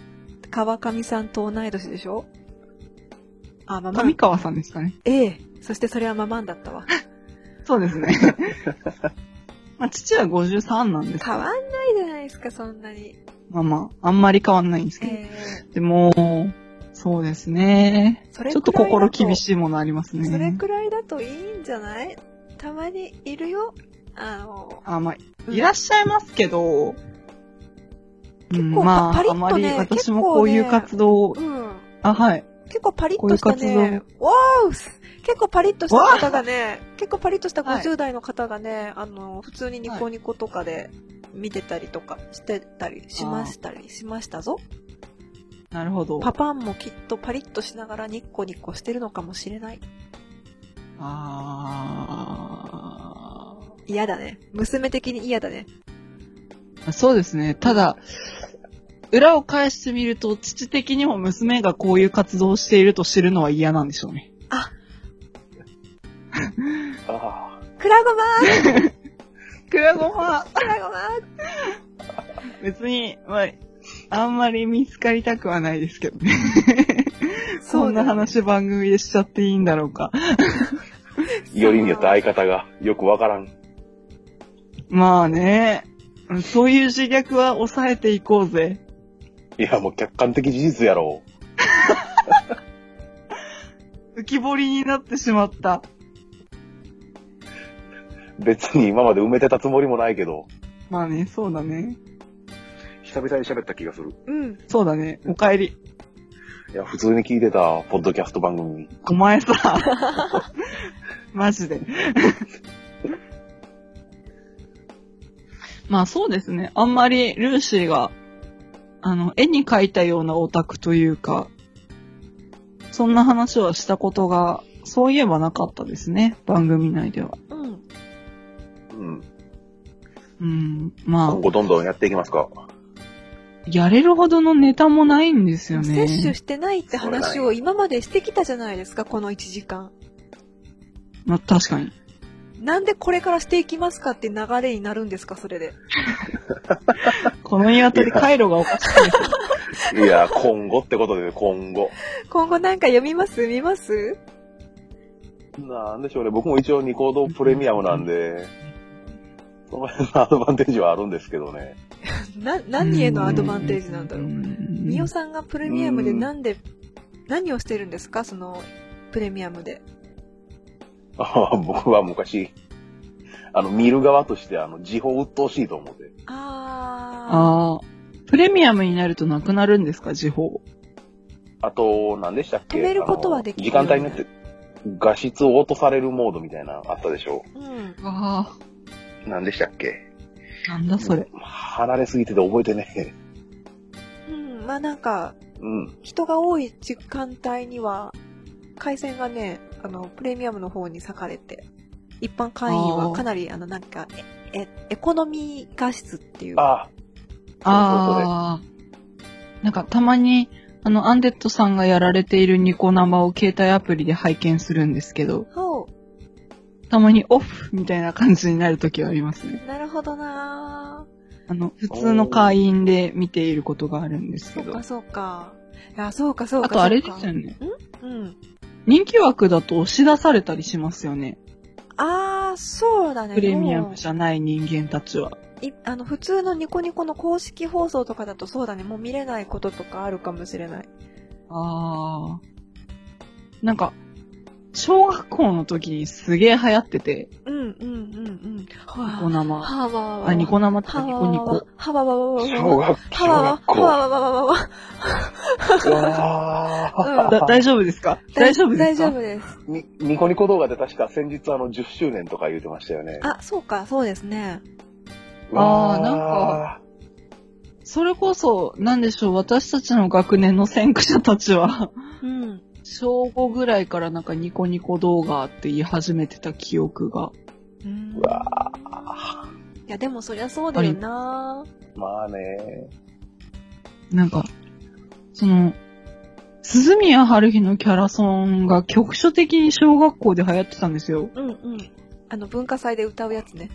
Speaker 3: 川上さんと同い年でしょあ、ママ
Speaker 1: 上
Speaker 3: ン。
Speaker 1: 川さんですかね。
Speaker 3: ええ。そしてそれはママンだったわ。
Speaker 1: そうです ね。まあ、父は53なんですけ
Speaker 3: 変
Speaker 1: ど
Speaker 3: わんないじゃないですか、そんなに。
Speaker 1: まあまあ、あんまり変わんないんですけど。
Speaker 3: ええ
Speaker 1: でも、そうですね。
Speaker 3: それ
Speaker 1: ちょっと心厳
Speaker 3: い
Speaker 1: しいものあります
Speaker 3: だと。それ
Speaker 1: ね。
Speaker 3: くらいだといいんじゃないたまにいるよ。あの、
Speaker 1: あ、まあ、
Speaker 3: うん
Speaker 1: いらっしゃいますけど、うん、
Speaker 3: 構
Speaker 1: ま
Speaker 3: パ
Speaker 1: あ、
Speaker 3: リッ
Speaker 1: あ
Speaker 3: とね
Speaker 1: まり私もこういう
Speaker 3: 結構ね
Speaker 1: 活動を、
Speaker 3: うん。
Speaker 1: あ、はい。
Speaker 3: 結構パリッとした
Speaker 1: こういう
Speaker 3: ね、わーうす結構パリッとした方がね、結構パリッとした50代の方がね、あの、普通にニコニコとかで見てたりとかしてたりしましたりしましたぞ。
Speaker 1: なるほど。
Speaker 3: パパンもきっとパリッとしながらニッコニコしてるのかもしれない。
Speaker 1: あー。
Speaker 3: 嫌だね。娘的に嫌だね。
Speaker 1: そうですね。ただ、裏を返してみると、父的にも娘がこういう活動をしていると知るのは嫌なんでしょうね。
Speaker 2: あ
Speaker 3: クラゴマー
Speaker 1: クラゴマ
Speaker 3: クラゴマー
Speaker 1: 別に、まあ、あんまり見つかりたくはないですけどね。そん な話番組でしちゃっていいんだろうか。
Speaker 2: あ、よりによって相方がよくわからん。
Speaker 1: まあね、うんそういう自虐は抑えていこうぜ。
Speaker 2: いや、もう客観的事実やろ。
Speaker 1: 浮き彫りになってしまった。
Speaker 2: 別に今まで埋めてたつもりもないけど、
Speaker 1: まあね、そうだね。
Speaker 2: 久々に喋った気がする。
Speaker 3: うん。
Speaker 1: そうだね。お帰り。
Speaker 2: いや、普通に聞いてた、ポッドキャスト番組。
Speaker 1: お前 さ。マジで。 まあそうですね。あんまりルーシーが、あの、絵に描いたようなオタクというか、そんな話はしたことが、そういえばなかったですね。番組内では。
Speaker 3: うん。
Speaker 2: うん。
Speaker 1: うん。ま
Speaker 2: 今後どんどんやっていきますか。
Speaker 1: あ、やれるほどのネタもないんですよね。
Speaker 3: 摂取してないって話を今までしてきたじゃないですか、この1時間。
Speaker 1: まあ確かに。
Speaker 3: なんでこれからしていきますかって流れになるんですか、それで。
Speaker 1: この鶏回路がおかしい。
Speaker 2: いや、今後ってことで、今後。
Speaker 3: 今後なんか読みます見ます
Speaker 2: なんでしょうね。僕も一応ニコードプレミアムなんで、その辺のアドバンテージはあるんですけどね。
Speaker 3: な、 何へのアドバンテージなんだろう。ミ
Speaker 1: み
Speaker 3: オさんがプレミアムでなんで、何をしてるんですかその、プレミアムで。
Speaker 2: あ僕は昔、あの、見る側として、あの、時報鬱陶しいと思って。
Speaker 3: あ
Speaker 1: ああ。プレミアムになるとなくなるんですか、時報。
Speaker 2: あと、何でしたっけ
Speaker 3: 止めることはできる
Speaker 2: あの時間帯によって、画質を落とされるモードみたいな、あったでしょ
Speaker 3: ー。うん。
Speaker 1: あ
Speaker 2: 何でしたっけ
Speaker 1: あ。なんだそれ。
Speaker 2: 離れすぎてて覚えてね
Speaker 3: うん。まあなんか、
Speaker 2: え。うん。
Speaker 3: 人が多い時間帯には、回線がね、あの、プレミアムの方に割かれて、一般会員はかなり、あの、なんか、え、えエコノミー画質っていう。
Speaker 2: あ
Speaker 1: ああ。なんかたまに、あの、アンデッドさんがやられているニコ生を携帯アプリで拝見するんですけど、
Speaker 3: ほ
Speaker 1: たまにオフみたいな感じになるときはありますね。
Speaker 3: う。なるほどなぁ。
Speaker 1: あの、普通の会員で見ていることがあるんですけ
Speaker 3: そう
Speaker 1: ど。
Speaker 3: か、そうか。いや、そうか、そうか。
Speaker 1: あとあれで
Speaker 3: そう
Speaker 1: す
Speaker 3: か
Speaker 1: よね。
Speaker 3: うん。
Speaker 1: 人気枠だと押し出されたりしますよね。
Speaker 3: あー、そうだね。
Speaker 1: プレミア
Speaker 3: もう
Speaker 1: ムじゃない人間たちは。
Speaker 3: いあの、普通のニコニコの公式放送とかだとそうだね。もう見れないこととかあるかもしれない。
Speaker 1: ああ。なんか、小学校の時にすげえ流行ってて、
Speaker 3: うん、うん、うん、うん。
Speaker 1: ニ
Speaker 3: は
Speaker 1: コ
Speaker 3: ぁ、
Speaker 1: 生。
Speaker 3: はぁ、はぁ、
Speaker 1: あ、ニコ生って
Speaker 3: は
Speaker 1: か
Speaker 3: ぁ、
Speaker 1: ニコニコ。
Speaker 3: はぁ、はぁ、はぁ、
Speaker 2: 小
Speaker 3: は
Speaker 2: 学、
Speaker 3: ぁ、は
Speaker 2: 小学校。
Speaker 3: わわわわわ。
Speaker 2: うわー
Speaker 3: うん
Speaker 1: だ大丈夫ですか大丈夫ですか
Speaker 3: 大丈夫です。
Speaker 2: にニコニコ動画で確か先日あの10周年とか言うてましたよね。
Speaker 3: あ、そうか、そうですね。
Speaker 1: あー
Speaker 2: わ
Speaker 1: それこそ、なんでしょう、私たちの学年の先駆者たち は、
Speaker 3: うん。
Speaker 1: 小5ぐらいからなんかニコニコ動画って言い始めてた記憶が。
Speaker 3: うん
Speaker 2: うわ
Speaker 3: いや、でもそりゃそうだよな
Speaker 2: ーまあね。
Speaker 1: なんか、その、鈴宮春日のキャラソンが局所的に小学校で流行ってたんですよ。
Speaker 3: うん、うん。あの、文化祭で歌うやつね。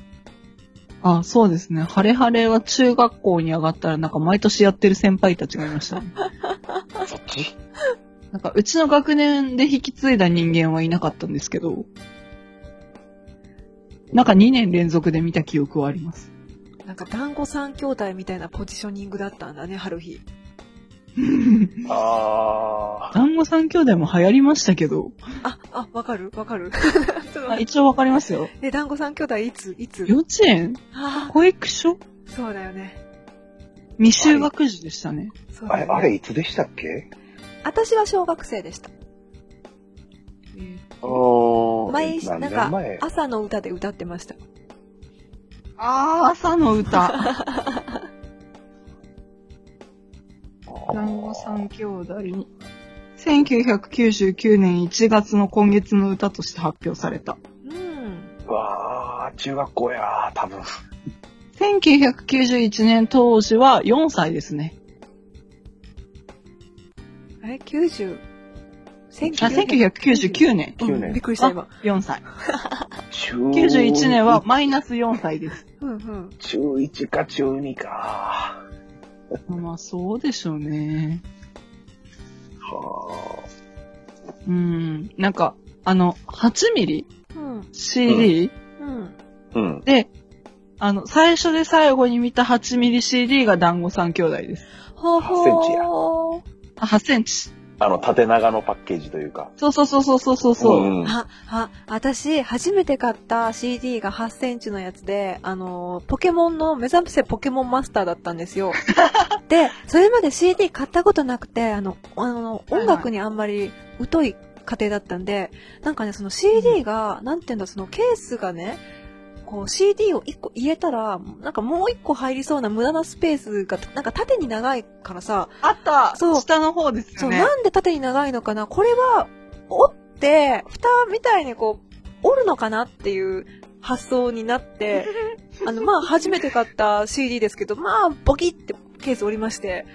Speaker 1: あ、そうですね。ハレハレは中学校に上がったらなんか毎年やってる先輩たちがいま した。
Speaker 2: そっち
Speaker 1: なんかうちの学年で引き継いだ人間はいなかったんですけど、なんか2年連続で見た記憶はあります。
Speaker 3: なんか団子三兄弟みたいなポジショニングだったんだね、春日。
Speaker 2: ああ。
Speaker 1: 団子三兄弟も流行りましたけど、
Speaker 3: あ、あ、わかるわ かる。ちょっと
Speaker 1: あ
Speaker 3: 待って
Speaker 1: 一応わかりますよ。
Speaker 3: え、団子三兄弟いついつ
Speaker 1: 幼稚園
Speaker 3: あ
Speaker 1: 保育所
Speaker 3: ーそうだよね。
Speaker 1: 未就学児でしたね。
Speaker 3: そ
Speaker 2: あ
Speaker 3: うだ
Speaker 2: れ
Speaker 3: よ、ね。
Speaker 2: あれいつでしたっけ
Speaker 3: 私は小学生でした。
Speaker 2: お
Speaker 3: 毎日、なんか
Speaker 2: 前、
Speaker 3: 朝の歌で歌ってました。
Speaker 1: あー、朝の歌。団子三兄弟に。1999年1月の今月の歌として発表された。
Speaker 3: うん。
Speaker 2: うわー中学校やー、多分。
Speaker 1: 1991年当時は4歳ですね。
Speaker 3: あれ ?90?
Speaker 1: あ、1999年。
Speaker 2: 1999年
Speaker 3: びっくりした、今
Speaker 1: あ。、4歳。
Speaker 2: 中
Speaker 1: 91年は。マイナス4歳です。
Speaker 3: うんうん。
Speaker 2: 中1か中2か。
Speaker 1: まあ、そうでしょうね。
Speaker 2: は
Speaker 1: うん。なんか、あの、8ミリ
Speaker 3: うん。
Speaker 1: CD、
Speaker 3: うん。
Speaker 2: ーうん。
Speaker 1: で、あの、最初で最後に見た8ミリ CD が団子三兄弟です。
Speaker 3: ほうほ
Speaker 2: センチや
Speaker 3: う。
Speaker 1: あ、8センチ。
Speaker 2: あの、縦長のパッケージというか。
Speaker 1: そうそうそうそうそうそうそう、
Speaker 2: うん。
Speaker 3: あ、あ、私、初めて買った CD が8センチのやつで、あのー、ポケモンの、目覚めせポケモンマスターだったんですよ。で、それまで CD 買ったことなくて、あの、あの、音楽にあんまり疎い家庭だったんで、なんかね、その CD が、なんていうんだ、そのケースがね、こう CD を1個入れたら、なんかもう1個入りそうな無駄なスペースが、なんか縦に長いからさ、
Speaker 1: あった
Speaker 3: そう
Speaker 1: 下の方です
Speaker 3: そ
Speaker 1: よ
Speaker 3: う、
Speaker 1: ね。
Speaker 3: なんで縦に長いのかなこれは、折って、蓋みたいにこう、折るのかなっていう発想になって、あの、まあ、初めて買った CD ですけど、まあ、ボキってケース折りまして、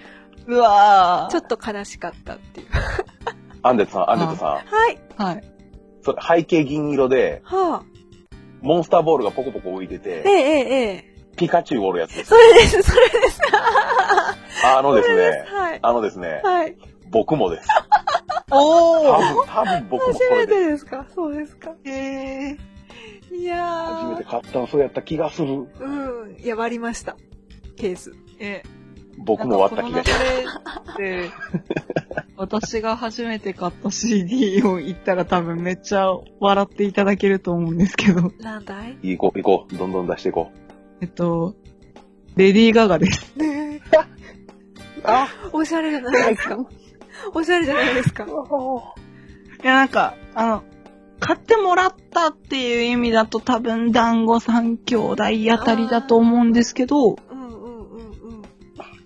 Speaker 1: うわ
Speaker 3: ちょっと悲しかったっていう。
Speaker 2: アンデッドさん、アンデッドさん。
Speaker 3: はい。
Speaker 1: はい。
Speaker 2: それ背景銀色で、
Speaker 3: は
Speaker 2: モンスターボールがポコポコ浮いて
Speaker 3: ええ
Speaker 2: て、
Speaker 3: ええ
Speaker 2: ピカチュウおるやつです
Speaker 3: それです、それです。
Speaker 2: あので
Speaker 3: そ
Speaker 2: す
Speaker 3: れで
Speaker 2: ね
Speaker 3: す。、はい。
Speaker 2: あのですね、
Speaker 3: はい。
Speaker 2: 僕もです。
Speaker 1: お
Speaker 2: 多
Speaker 1: ー
Speaker 2: 分、多分僕も
Speaker 3: 初
Speaker 2: それ
Speaker 3: め
Speaker 2: で
Speaker 3: てですかそうですか。
Speaker 1: へー
Speaker 3: いや
Speaker 2: 初めて
Speaker 3: ー。
Speaker 2: 買ったのそうやった気がする。
Speaker 3: うん。いや、割りました。ケース。
Speaker 1: え、
Speaker 2: 僕も割った気がし
Speaker 1: 流れで、私が初めて買った CD を言ったら多分めっちゃ笑っていただけると思うんですけど、
Speaker 3: なんだい
Speaker 2: いこう、いこう。どんどん出していこ
Speaker 1: えっと、レディー・ガガです。
Speaker 3: ねえ
Speaker 2: う。あ
Speaker 3: おしゃれじゃないですか。おしゃれじゃないですか。
Speaker 1: いや、なんか、あの、買ってもらったっていう意味だと多分団子三兄弟あたりだと思うんですけど、
Speaker 3: うんうんうんうん。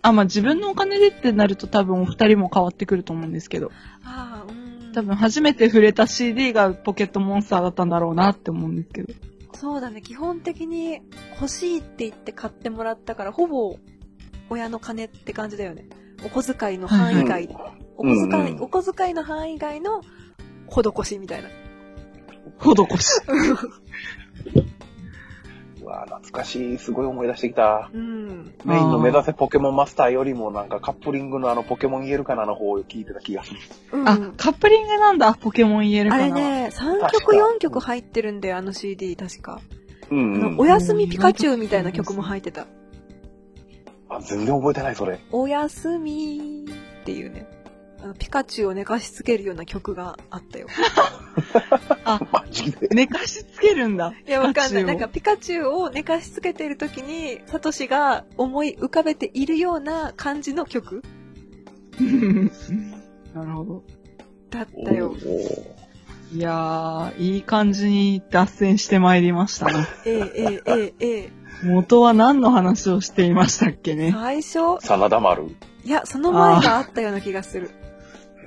Speaker 1: あ、まあ自分のお金でってなると多分お二人も変わってくると思うんですけど、
Speaker 3: ああ、うん。
Speaker 1: 多分初めて触れた CD がポケットモンスターだったんだろうなって思うんですけど。
Speaker 3: そうだね。基本的に欲しいって言って買ってもらったから、ほぼ親の金って感じだよね。お小遣いの範囲外。お小遣い、
Speaker 2: うんうん
Speaker 3: お小遣いの範囲外の施しみたいな。
Speaker 1: 施し。
Speaker 2: うわ懐かしい。すごい思い出してきた。
Speaker 3: うん。
Speaker 2: メインの目指せポケモンマスターよりもなんかカップリングのあのポケモン言えるかなの方を聞いてた気がする。
Speaker 3: うん、
Speaker 1: あ、カップリングなんだ、ポケモン言える
Speaker 3: あ
Speaker 1: かな。
Speaker 3: れね、3
Speaker 2: 確
Speaker 3: 曲
Speaker 2: か
Speaker 3: 4曲入ってるんだよ、あの CD 確か。
Speaker 2: う
Speaker 3: あ
Speaker 2: ん
Speaker 3: の、
Speaker 2: う
Speaker 3: お
Speaker 2: ん。
Speaker 3: やすみピカチュウみたいな曲も入ってた。
Speaker 2: あ、全然覚えてない、それ。
Speaker 3: おやすみっていうね。あのピカチュウを寝かしつけるような曲があったよ。
Speaker 2: マジで。
Speaker 1: 寝かしつけるんだ。
Speaker 3: いや、わかんない。
Speaker 1: ピカチュウを
Speaker 3: なんか、ピカチュウを寝かしつけているときに、サトシが思い浮かべているような感じの曲
Speaker 1: なるほど。
Speaker 3: だったよ。
Speaker 2: おー
Speaker 1: いやー、いい感じに脱線してまいりましたね。
Speaker 3: えええええええ
Speaker 1: 元は何の話をしていましたっけ
Speaker 3: え
Speaker 1: ね。
Speaker 3: 最初、
Speaker 2: 真田丸。
Speaker 3: いや、その前があったような気がする。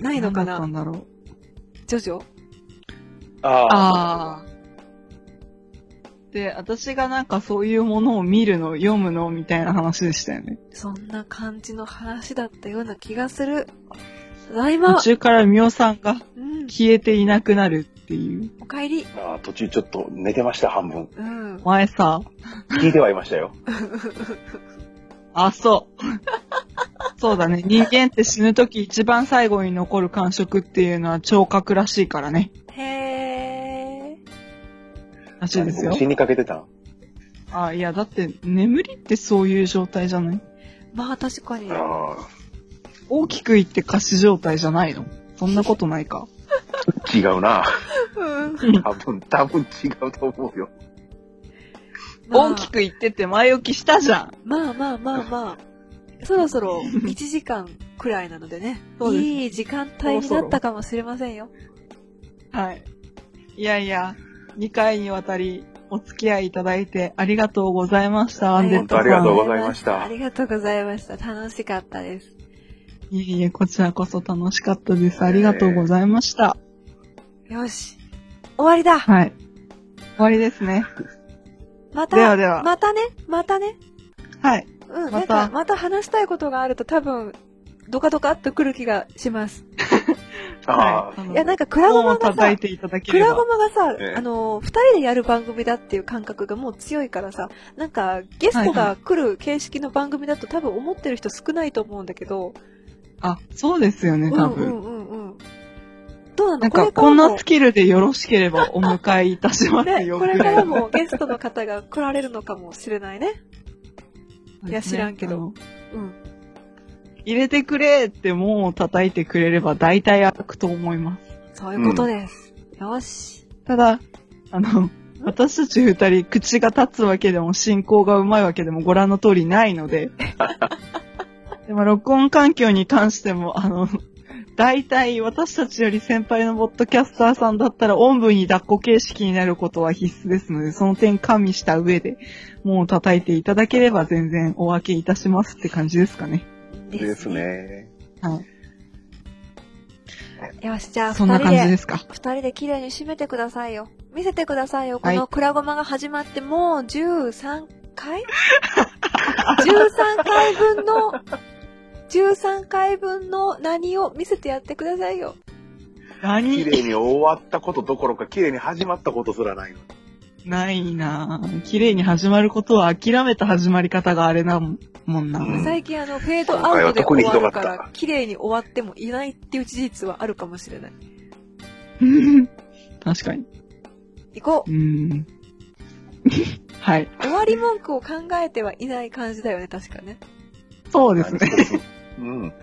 Speaker 3: ないのか
Speaker 1: 何だった
Speaker 3: なん
Speaker 1: だろう。
Speaker 3: ジョジョ
Speaker 2: ああ。
Speaker 1: あー。で、私がなんかそういうものを見るの、読むの、みたいな話でしたよね。
Speaker 3: そんな感じの話だったような気がする。ただいま
Speaker 1: 途、中からミオさんが
Speaker 3: うん、
Speaker 1: 消えていなくなるっていう。
Speaker 3: お帰り。
Speaker 2: あー途中ちょっと寝てました、半分。
Speaker 3: うん
Speaker 1: お。前さ、
Speaker 2: 聞いてはいましたよ。
Speaker 1: あ、そう。そうだね。人間って死ぬとき一番最後に残る感触っていうのは聴覚らしいからね。
Speaker 3: へー。
Speaker 1: らしいですよ
Speaker 2: 僕。死にかけてたん
Speaker 1: あ、いや、だって眠りってそういう状態じゃない
Speaker 3: まあ確かに。
Speaker 2: あ
Speaker 1: 大きく言って過死状態じゃないのそんなことないか。
Speaker 2: ー違うな。
Speaker 3: うん。
Speaker 2: 多分、多分違うと思うよ。
Speaker 3: まあ
Speaker 1: 大きく言ってって前置きしたじゃん。
Speaker 3: まあまあまあまあ、そろそろ1時間くらいなのでね、
Speaker 1: そうです
Speaker 3: いい時間帯になったかもしれませんよ。
Speaker 1: はい。いやいや、2回にわたりお付き合いいただいてありがとうございました、アンデ
Speaker 2: 本
Speaker 1: ッド
Speaker 2: 当ありがとう
Speaker 1: さ
Speaker 2: ございました
Speaker 3: ありがとうございました。楽しかったです。
Speaker 1: ん。いえいえ、こちらこそ楽しかったです。ありがとうございました。
Speaker 3: よし。終わりだ
Speaker 1: はい。終わりですね。
Speaker 3: また、
Speaker 1: ではでは。
Speaker 3: またね、またね。
Speaker 1: はい。
Speaker 3: うん、
Speaker 1: ま
Speaker 3: ま
Speaker 1: た
Speaker 3: た、また話したいことがあると多分、ドカドカっと来る気がします。
Speaker 2: あ
Speaker 1: はい
Speaker 3: や、なんかクラゴ
Speaker 1: 本
Speaker 3: マ
Speaker 1: を
Speaker 3: が
Speaker 1: 叩
Speaker 3: さ
Speaker 1: い、ていただけ
Speaker 3: ク
Speaker 1: れ
Speaker 3: ラゴ
Speaker 1: ば。
Speaker 3: マがさ
Speaker 2: ええ、
Speaker 3: あの、二人でやる番組だっていう感覚がもう強いからさ、なんか、ゲストが来る形式の番組だと多分思ってる人少ないと思うんだけど、
Speaker 1: あ、そうですよね、多分。
Speaker 3: うんうんうんうん。どうなの
Speaker 1: なん
Speaker 3: こ
Speaker 1: か、
Speaker 3: れから
Speaker 1: こん
Speaker 3: も
Speaker 1: なス、キルでよろしければお迎えいたします
Speaker 3: ね、
Speaker 1: よ。
Speaker 3: これからもゲストの方が来られるのかもしれないね。
Speaker 1: ら
Speaker 3: いや知らんけど。うん。
Speaker 1: 入れてくれってもう叩いてくれれば大体開くと思います。
Speaker 3: そういうことです。よし。
Speaker 1: ただ、あの、私たち二人、口が立つわけでも、進行がうまいわけでも、ご覧の通りないの で。でも、録音環境に関しても、あの、大体、私たちより先輩のボッドキャスターさんだったら、おんぶに抱っこ形式になることは必須ですので、その点加味した上で、もう叩いていただければ全然お分けいたしますって感じですかね。
Speaker 2: ーです。ね。
Speaker 1: はい。
Speaker 3: よし、じゃあ
Speaker 1: そん
Speaker 3: 二
Speaker 1: な
Speaker 3: 人
Speaker 1: 感じで
Speaker 3: で、
Speaker 1: すか。
Speaker 3: 二人で綺麗に締めてくださいよ。見せてくださいよ。こ
Speaker 1: はい
Speaker 3: のクラゴマが始まってもう13回 ?13 回分の、13回分の何を見せてやってくださいよ。
Speaker 2: 綺
Speaker 1: 何
Speaker 2: 麗に終わったことどころか、綺麗に始まったことすらないのに。
Speaker 1: ないなぁ。綺麗に始まることは諦めた始まり方があれなもんな。
Speaker 2: うん
Speaker 3: 最近あの、フェードアウトで終わるから、綺麗に終わってもいないっていう事実はあるかもしれない。
Speaker 1: 確かに。
Speaker 3: 行こ
Speaker 1: うーん。 はい。
Speaker 3: う終わり文句を考えてはいない感じだよね、確かね。
Speaker 1: そうですね。
Speaker 2: うん。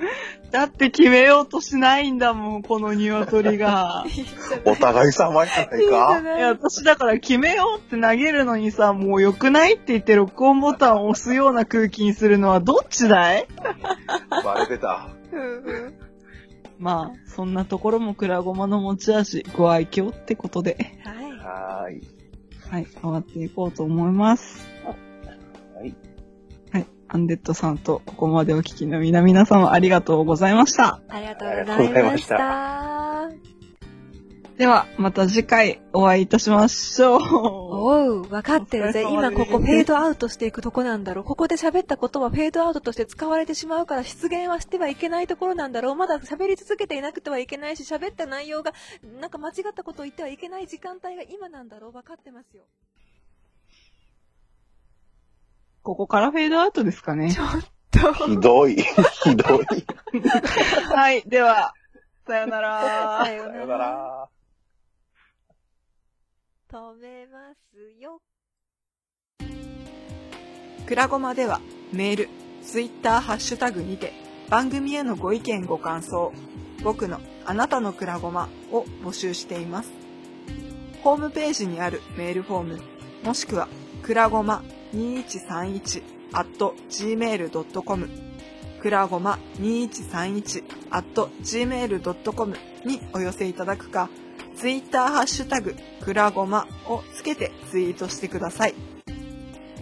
Speaker 1: だって決めようとしないんだもん、この鶏が
Speaker 3: い。いじゃない
Speaker 2: お互い様じゃない
Speaker 3: いいじゃ
Speaker 2: か。
Speaker 1: い
Speaker 3: ない
Speaker 1: や、私だから決めようって投げるのにさ、もう良くないって言って録音ボタンを押すような空気にするのはどっちだい
Speaker 2: バレてた。
Speaker 3: うんうん
Speaker 1: まあ、そんなところもクラゴマの持ち味、ご愛嬌ってことで、
Speaker 3: は
Speaker 2: はーい。
Speaker 1: はい、終わっていこうと思います。
Speaker 2: はい。
Speaker 1: はい、アンデッドさんとここまでお聞きの皆々様ありがとうございました。
Speaker 3: い。ありがとうございました。
Speaker 1: では、また次回お会いいたしましょう。
Speaker 3: おう、分かって るぜ。
Speaker 1: お疲れ様
Speaker 3: 今
Speaker 1: です
Speaker 3: ここフェードアウトしていくとこなんだろう。ここで喋ったことはフェードアウトとして使われてしまうから失言はしてはいけないところなんだろう。まだ喋り続けていなくてはいけないし、喋った内容がなんか間違ったことを言ってはいけない時間帯が今なんだろう。分かってま すよ。
Speaker 1: ここからフェードアウトですかね
Speaker 3: ち。ょっと。
Speaker 2: ひどい。ひどい。
Speaker 1: はい、では、さよなら
Speaker 3: さ。よ
Speaker 2: さよな
Speaker 3: うなら。
Speaker 2: ら。
Speaker 3: 止めますよ。
Speaker 1: くらごまではメール、ツイッター、ハッシュタグにて番組へのご意見ご感想、僕のあなたのくらごまを募集しています。ホームページにあるメールフォーム、もしくはくらごま2131 at gmail.com くらごま2131 at gmail.com にお寄せいただくか、ツイッターハッシュタグくらごまをつけてツイートしてください。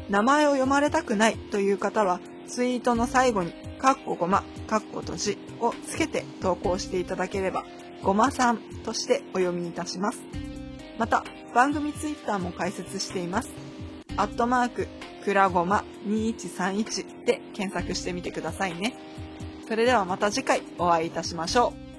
Speaker 1: 名前を読まれたくないという方は、ツイートの最後に、カッコごま、カッコとじをつけて投稿していただければ、ごまさんとしてお読みいたします。また、番組ツイッターも開設しています。アットマーク、くらごま2131で検索してみてくださいね。それではまた次回お会いいたしましょう。